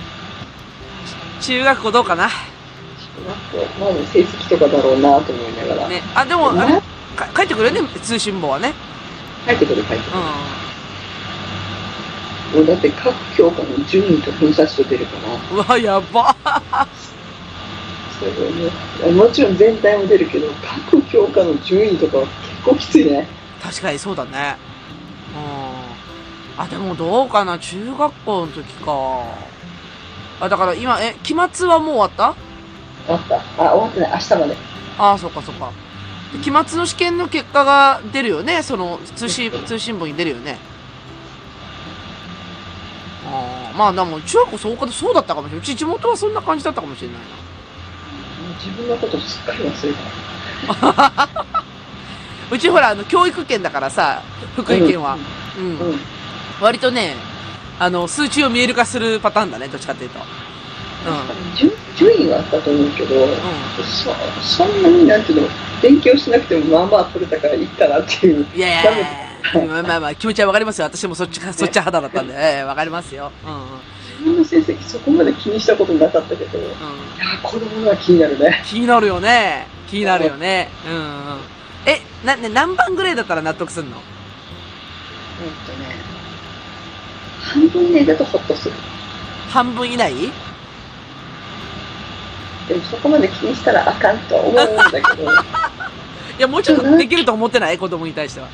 ち中学校どうかな。小学校まあ成績とかだろうなと思いながら、ね。あ、でも、あれ、か帰ってくるよね、通信簿はね。帰ってくる帰ってくうる、もうだって各教科の順位と偏差値と出るからん。うわ、やば。それねもちろん全体も出るけど各教科の順位とかは結構きついね確かにそうだね。うん。あ、でもどうかな、中学校の時か。あ、だから今、え、期末はもう終わっ終わったあ終わってない明日までたああ、そっかそっか。で期末の試験の結果が出るよね、その、通信、通信簿に出るよね。ああ、まあでも、中学校そうか、そうだったかもしれない。うち地元はそんな感じだったかもしれないな。もう自分のことすっかり忘れたうちほら、あの、教育圏だからさ、福井県は。うんうん、うん割とね、あの、数値を見える化するパターンだね、どっちかっていうと。う順順位はあったと思うけど、ん。う。そそんなになんていうの勉強しなくてもまあまあ取れたからいいかなっていうんいやいやまあまあまあ、気持ちはわかりますよ。私もそっちか、そっち派だったんで、ええわかりますよ。うんうん。うん。自分の成績そこまで気にしたことなかったけどいや子供のは気になるね気になるよね。気になるよね。うんうん。え、な、ね、何番ぐらいだったら納得すんのうんとね半分以内だとホッとする半分以内でもそこまで気にしたらあかんとは思うんだけど いいや、もうちょっとできると思ってない子供に対しては。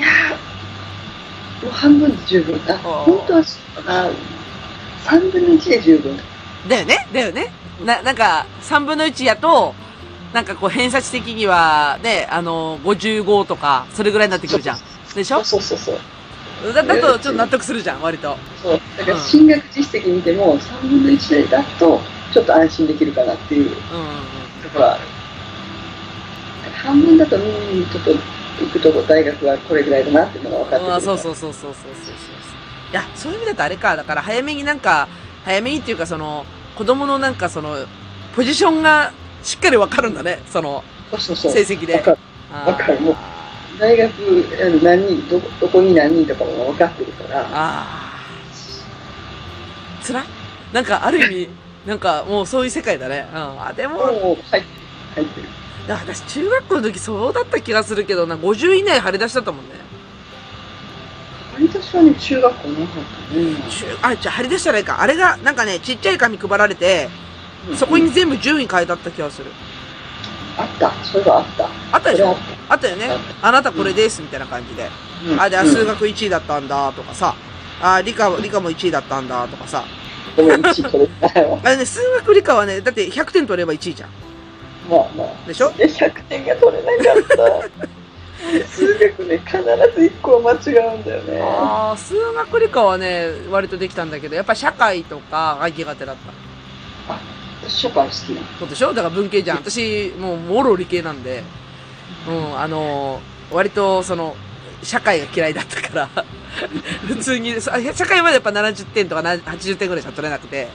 やーもう半分で十分ああー本当はそうかな3分の1で十分だよねだよねな、なんか、3分の1やと、なんかこう、偏差値的には、ね、あの、55とか、それぐらいになってくるじゃん。でしょそうそうそうそうだだと、ちょっと納得するじゃん、割と。そうだから進学実績見ても3分の1台だとちょっと安心できるかなっていううんうんうん。ところはある半分だとうんちょっと行くとこ大学はこれぐらいだなっていうのが分かってくるああ、そうそううそうそうそうそうそうそう。いや、そういう意味だとあれか、だから早めになんか、早めにっていうかその、子供のなんかその、ポジションがしっかりわかるんだね、その、そうそうそう成績で分。かるあかるもうあ大学あの何人どこどこに何人とかも分かってるからあー。つらなんかある意味、なんかもうそういう世界だね。うん。あ、でも、もう入ってる入ってるいや私中学校の時そうだった気がするけどな、50以内張り出しだったもんね。割としはね中学校なかったね中あ、じゃあ張り出したらいいか。あれが、なんかね、ちっちゃい紙配られて、うんそこに全部順位書いてあった気がする。あったそういえばあったあったでしそょれあっあったよねうん。あなたこれです、みたいな感じで。たうんあ、で、あうん数学1位だったんだ、とかさ。あ、理科、理科も1位だったんだ、とかさ。ごめん1位取れたよあれね、数学理科はね、だって100点取れば1位じゃん。まあまあでしょで100点が取れなかった 数学ね必ず1個は間違うんだよねああ、数学理科はね、割とできたんだけど、やっぱ社会とかが苦手だった。私社会好きなのそうでしょだから文系じゃん。私、もう、もろ理系なんで、うん、あのー割と、その、社会が嫌いだったから、 普通に、そ社会までやっぱ70点とかな80点ぐらいしか取れなくて、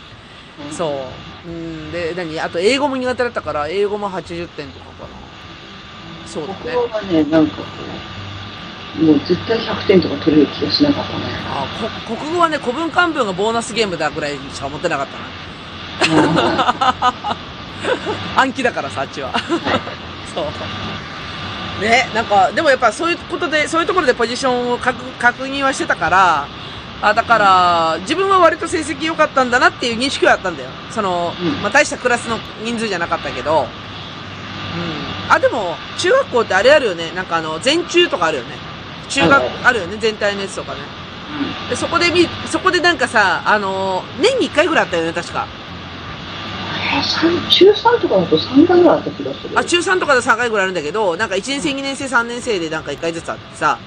そう。うん、で、何あと、英語も苦手だったから、英語も80点とかかな。そうだこね。こはねなんかこうもう絶対100点とか取れる気がしなかったねあこ国語はね、古文漢文がボーナスゲームだぐらいしか思ってなかったな。暗記だからさ、あっちは。そう。ね、なんか、でもやっぱそういうことで、そういうところでポジションを確確認はしてたから、あだから、自分は割と成績良かったんだなっていう認識はあったんだよ。その、うんまあ、大したクラスの人数じゃなかったけど、あ、でも、中学校ってあれあるよね。なんかあの、全中とかあるよね。中学あるあ、あるよね。全体のやつとかね。でそこでみ、そこでなんかさ、あの、年に1回ぐらいあったよね、確か。えー三中3とかだと3回ぐらいあった気がする。あ、中3とかで3回ぐらいあるんだけど、なんか1年生、2年生、3年生でなんか1回ずつあってさ。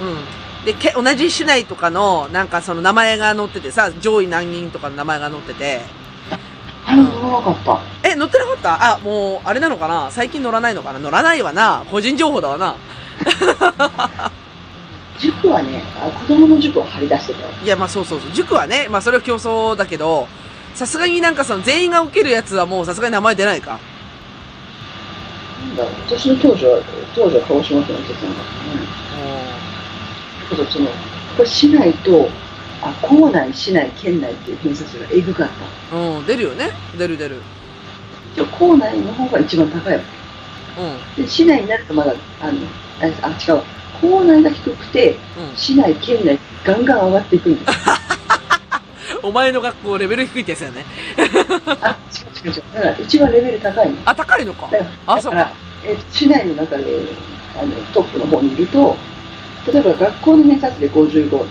うん。で、け同じ市内とかの、なんかその名前が載っててさ、上位何人とかの名前が載ってて。あれ乗らなかった。え、乗ってなかったあ、もう、あれなのかな最近乗らないのかな乗らないわな。個人情報だわな。塾はね、あ子供の塾を張り出してたよ。いや、まあそうそうそう。塾はね、まあそれは競争だけど、さすがになんかその全員が受けるやつはもうさすがに名前出ないか。なんだろう、私の当時は、当時は鹿児島県の決断だったね。だけど、その、これ市内と、あ、校内、市内、県内っていう偏差値がえぐかった。うん、出るよね。出る出る。一応、校内の方が一番高いわうん、うん。け。で、市内になるとまだ、あの、ああ違う。校内が低くて、市内、県内、ガンガン上がっていくん ですよ。お前の学校レベル低いってやつだよね。あ、違う違う違う。だから、一番レベル高いの。あ、高いのか。だかあら、そうだからえっと市内の中であのトップの方にいると、例えば学校の偏差値で55、うん。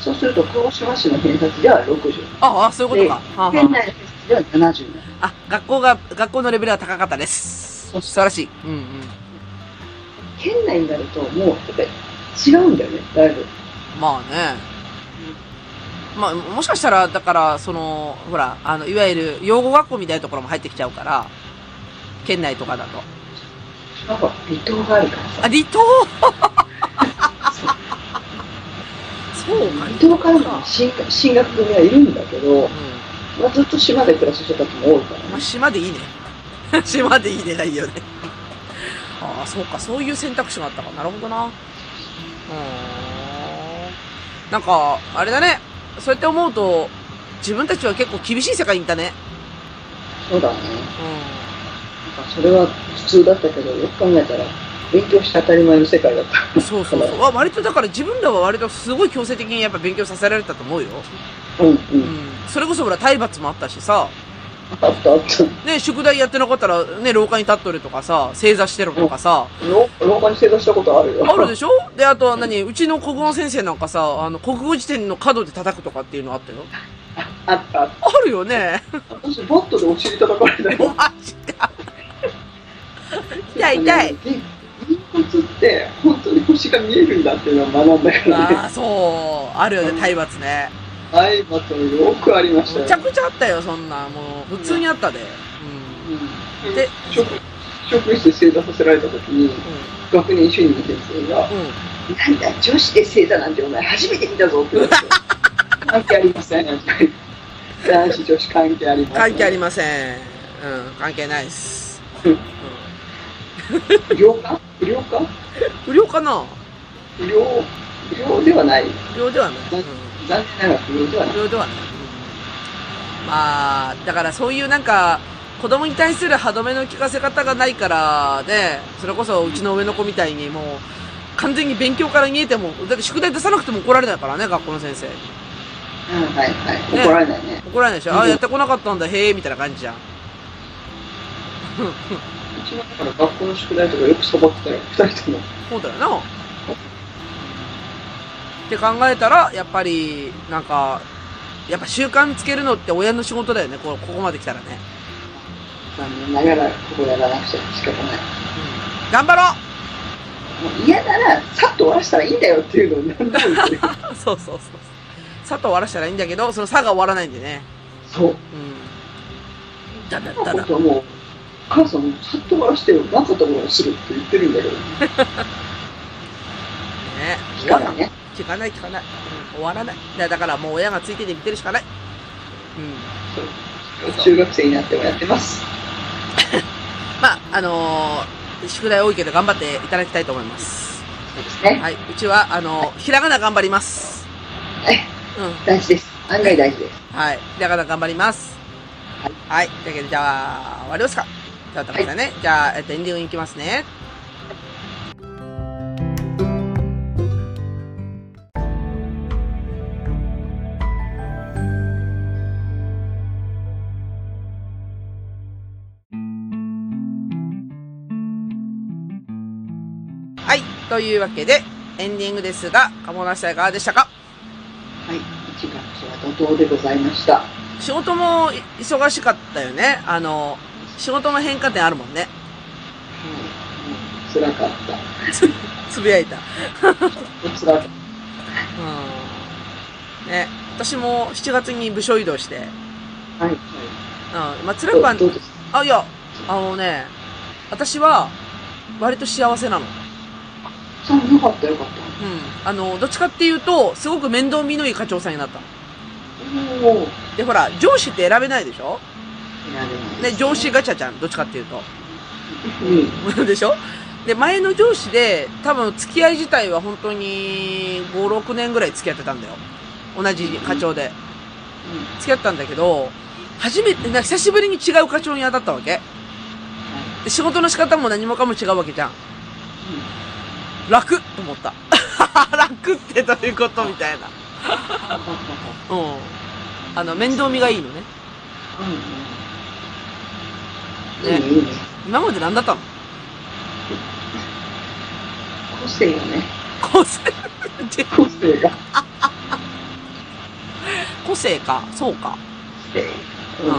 そうすると鹿児島市の偏差値では60、ああ、そういうことか。はあは県内の偏差値では70なのあ、あ学校が、学校のレベルは高かったです。素晴らしい。うんうん。県内になると、もうやっぱり違うんだよね、だいぶ。まあね。まあ、もしかしたら、だから、その、ほら、あの、いわゆる、養護学校みたいなところも入ってきちゃうから、県内とかだと。なんか離島があるからさ、あ、離 島そうか、離島からの進学進学組はいるんだけど、うまあ、ずっと島で暮らす人たちも多いからん。まあ、ね。島でいいね。 島でいいねがいいよね。ああ、そうか、そういう選択肢があったか。なるほどな。うーん。なんか、あれだね。そうやって思うと、自分たちは結構厳しい世界にいたね。そうだね。うなんかそれは普通だったけど、よく考えたら、勉強して当たり前の世界だった。 ん。そうそうそう。わ割と、だから自分らは割とすごい強制的にやっぱ勉強させられたと思うよ。うんう。うんん。それこそほら、体罰もあったしさ。あったあった。ね、宿題やってなかったら、ね、廊下に立っとるとかさ、正座してるとかさ、廊廊下に正座したことあるよ。あるでしょで、あとは何、うちの国語の先生なんかさ、あの、国語辞典の角で叩くとかっていうのあったよ。 あったあっあるよね。た。私、バットでお尻叩かれたよ。マジか。痛い痛い。ぎ。銀骨って、本当に星が見えるんだっていうのを学んだからね。ああ、そう。あるよね、体罰ね。はい、バットよくありましたむよち。ゃくちゃあったよ、そんな。もう、普通にあったで。うん。うんで職職員室で正座させられた時に、学年主任の先生が、うん。うん。なんだ、女子で正座なんてお前初めて見たぞって 言われて、関係ありません。男子女子関係ありません。関係ありません。うん、関係ないっす。うんうん不良か不良か不良かな不良、不良ではない。不良ではない。うん残念ながら不良ではない不。良ではない。まあ、だからそういうなんか、子供に対する歯止めの効かせ方がないから、ね、それこそうちの上の子みたいにもう、完全に勉強から逃げても、だって宿題出さなくても怒られないからね、学校の先生。うんはいはい。怒られないね。怒られないでしょ、うんああ、やってこなかったんだ、へえ、みたいな感じじゃん。うちのだから学校の宿題とかよくサボってたよ、二人とも。そうだよな。って考えたら、やっぱり、なんか、やっぱ習慣つけるのって親の仕事だよね、こここまで来たらね。残念ながらここやらなくちゃ仕方ない。うん、頑張ろうもう嫌なら、さっと終わらせたらいいんだよっていうのを何度も 言ってる。そうそうそう。さと終わらしたらいいんだけど、そのさが終わらないんでね。そう。うん。だだ今だのだこ。とはもう、母さんもさっと終わらせてよ、なかったことをするって言ってるん だけど、ね。聞かないね。聞かない聞かない。うん、終わらない。だだからもう親がついてて見てるしかない。うん。そう中学生になってもやってます。まあ、あのー宿題多いけど頑張っていただきたいと思います。そうですね。はい。うちは、あのーひらがな頑張ります。はい。うん。大事です。案外大事です。はい。ひらがな頑張ります。はい。はい。だけど、じゃあ、終わりますか。じゃあ、高橋さんね。じゃあ、えっと、エンディングに行きますね。はい。というわけで、エンディングですが、鴨梨さんいかがでしたかはい、一学期は怒涛でございました。仕事もい忙しかったよね。あの、仕事の変化点あるもんね。はい、もう辛かった。つぶやいた。辛かっうた。ん。ね。私も7月に部署移動して、うん。はい。はい、まあ、辛くは、どうですあ、いや、あのね、私は、割と幸せなの。さあ、よかった、よかっうん。あの、どっちかっていうと、すごく面倒見のいい課長さんになったの。た。おお。で、ほら、上司って選べないでしょ選べないね、す上司。ガチャじゃん。どっちかっていうと。う ん。でしょで、前の上司で、多分付き合い自体は本当に5、6年ぐらい付き合ってたんだよ。同じ課長で。付き合ったんだけど、初めて、なんか久しぶりに違う課長に当たったわけ。で仕事の仕方も何もかも違うわけじゃん。楽と思った。 楽ってどういうことみたいな。うん。あの、面倒見がいいのね。うん。うん。うん。いいね、いいね。今まで何だったの 個性よね。個性って個性が。個性か。そうか。うん。あー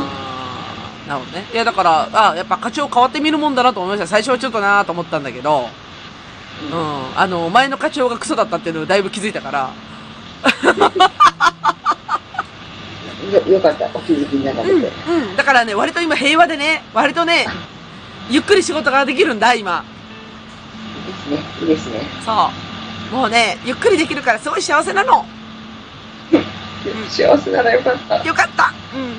なるほどね。いや、だから、あやっぱ課長変わってみるもんだなと思いました。最初はちょっとなーと思ったんだけど、ううん。ん。あの、前の課長がクソだったっていうのをだいぶ気づいたから、よよかった、お気づきになられて。うん。うん。だからね、割と今平和でね、割とね、ゆっくり仕事ができるんだ、今。ですね、いいですね。そう。もうね、ゆっくりできるからすごい幸せなの。ん幸せならよかった。よかった。うん。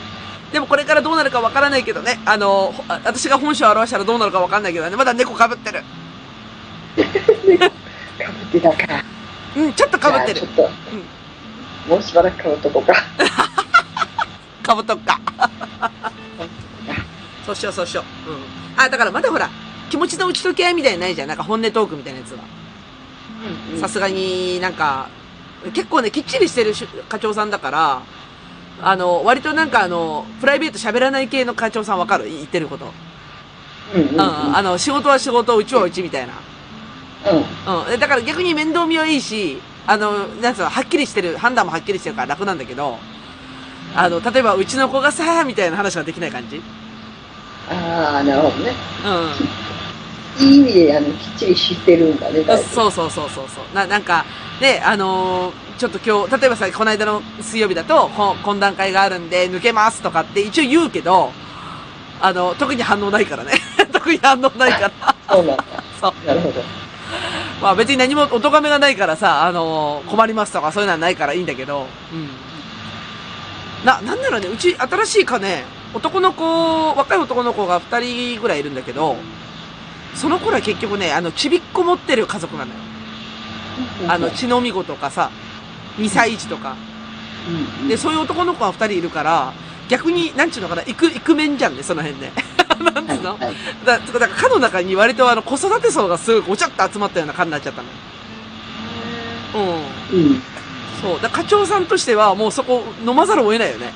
でもこれからどうなるかわからないけどね。あの、ほあ私が本性を表したらどうなるかわかんないけどね。まだ猫被ってる。かぶってたか。うん、ちょっと被ってじるゃあ。ちょっと、もうしばらくかぶっとこうか。かぶっとくか。 そうしよう、そうしよう。うん。あ、だからまだほら、気持ちの打ち解け合いみたいなのないじゃん。なんか本音トークみたいなやつは。さすがになんか、結構ね、きっちりしてるし課長さんだから、あの、割となんかあの、プライベート喋らない系の課長さんわかる言ってること。うんうんううんん。あの、仕事は仕事、うちはうちみたいな。うん。でだから逆に面倒見はいいし、あの、なんつうの、はっきりしてる、判断もはっきりしてるから楽なんだけど、あの、例えば、うちの子がさ、みたいな話ができない感じ。うん。ああ、なるほどね。いい意味で、あの、きっちり知ってるんだね、だいぶそうそうそうそうそう。な、なんか、で、あのーちょっと今日、例えばさ、この間の水曜日だと、こ懇談会があるんで、抜けますとかって一応言うけど、あの、特に反応ないからね。 特に反応ないから。そうなんだ。そう。なるほど。まあ別に何もお咎めがないからさ、あのー困りますとかそういうのはないからいいんだけど、うん。な、なんならね、うち新しいかね、男の子、若い男の子が二人ぐらいいるんだけど、その頃は結局ね、あの、ちびっこ持ってる家族なのよ。あの、血のみ子とかさ、2歳児とか。うん、で、そういう男の子が2人いるから、逆に、なんちゅうのかな、イク、イクメンじゃんね、その辺ね。 なんつうのはいはいだ、だから、課の中に割とあの、子育て層がすごいごちゃっと集まったような課になっちゃったの。うん。うん。そう。だから課長さんとしては、もうそこ、飲まざるを得ないよね。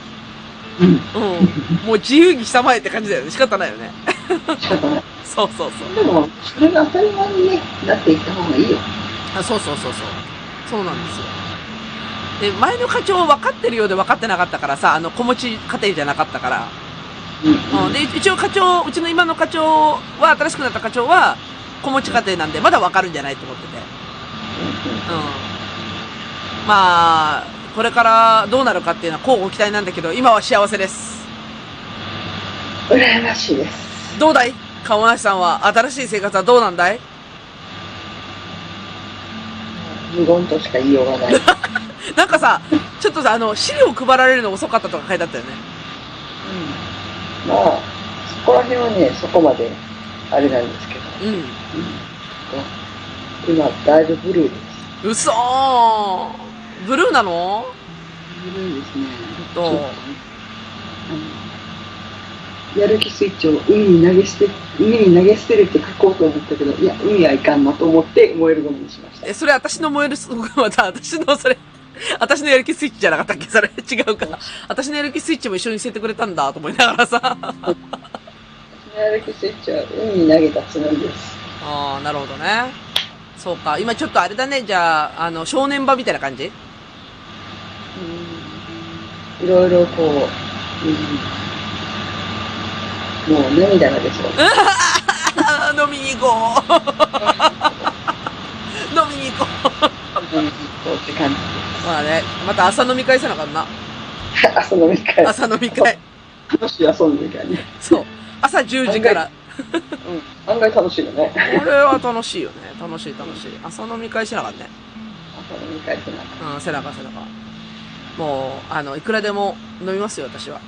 うん。うん。もう自由に従えって感じだよね。仕方ないよね。仕方ない。そうそうそう。でも、それが当たり前にね、なっていった方がいいよ。あそうそうそうそうそうなんですよで前の課長分かってるようで分かってなかったからさあの子持ち家庭じゃなかったから、うん。うん、で一応課長うちの今の課長は新しくなった課長は子持ち家庭なんでまだ分かるんじゃないと思っててうんまあこれからどうなるかっていうのは交互期待なんだけど今は幸せですうん。羨ましいです。どうだい鴨梨さんは新しい生活はどうなんだい無言としか言いようがない。なんかさちょっとさあの資料配られるの遅かったとか書いてあったよねまあ、そこら辺はね、そこまで、あれなんですけど、うん今、だいぶブルーです。うそーブルーなのブルーですね。どうちょっねあのやる気スイッチを海に投げ捨て、海に投げ捨てるって書こうと思ったけど、いや、海はいかんなと思って燃えるゴミにしました。え、それ私の燃えるす、また私のそれ、私のやる気スイッチじゃなかったっけそれ違うかな。私のやる気スイッチも一緒に捨ててくれたんだと思いながら さ。私のやる気スイッチは海に投げたつもりです。ああ、なるほどね。そうか。今ちょっとあれだね。じゃあ、あの、正念場みたいな感じいろいろこう、うん、もう涙が出そう。あー飲みに行こう。 飲みに行こう。うんこうって感じ。まあね、また朝飲み会せなあかんな。朝飲み会。朝飲み会。楽しい朝飲み会ね。そう。朝10時から。うん。案外楽しいよね。これは楽しいよね。楽しい楽しい。朝飲み会しなあかんね。朝飲み会ってなんか。うん、背中背中。もう、あの、いくらでも飲みますよ、私は。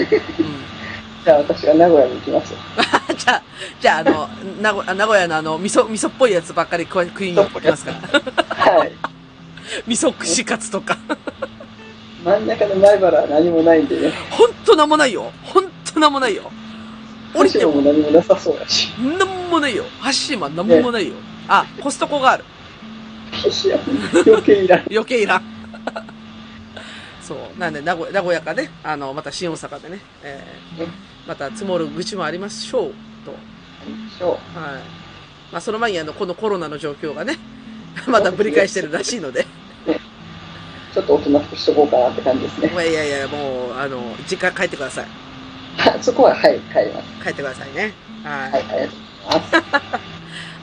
うん。 じゃあ私が名古屋に行きます。じゃあ、じゃあ、あの、名古あ名古屋のあの、味噌、味噌っぽいやつばっかり食い食いに行きますから。はい。味噌串カツとか。真ん中の前原は何もないんでね。ほんとなんもないよ。ほんとなんもないよ。降りて後ろもも何もなさそうだし。なんもないよ。ハッシーマンなんもないよ。あ、コストコがある。いや余計いらん。余計いらん。 そう。なんで、名古屋、名古屋かね、あの、また新大阪でね、えーうんまた積もる愚痴もありましょう、と。そう。はい。まあ、その前にあの、このコロナの状況がね、 またぶり返してるらしいので。ちょっと大人っくしとこうかなって感じですね。まあいやいやいや、もう、あの、実家帰ってください。あそこは、はい、帰ります。帰ってくださいね。はい。は、はいい。ありがとうござい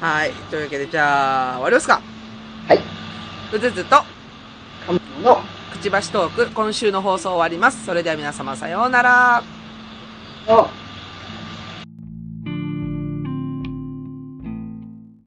ます。というわけで、じゃあ、終わりますか。はい。うずうずと、カモの、くちばしトーク、今週の放送終わります。それでは皆様、さようなら。の、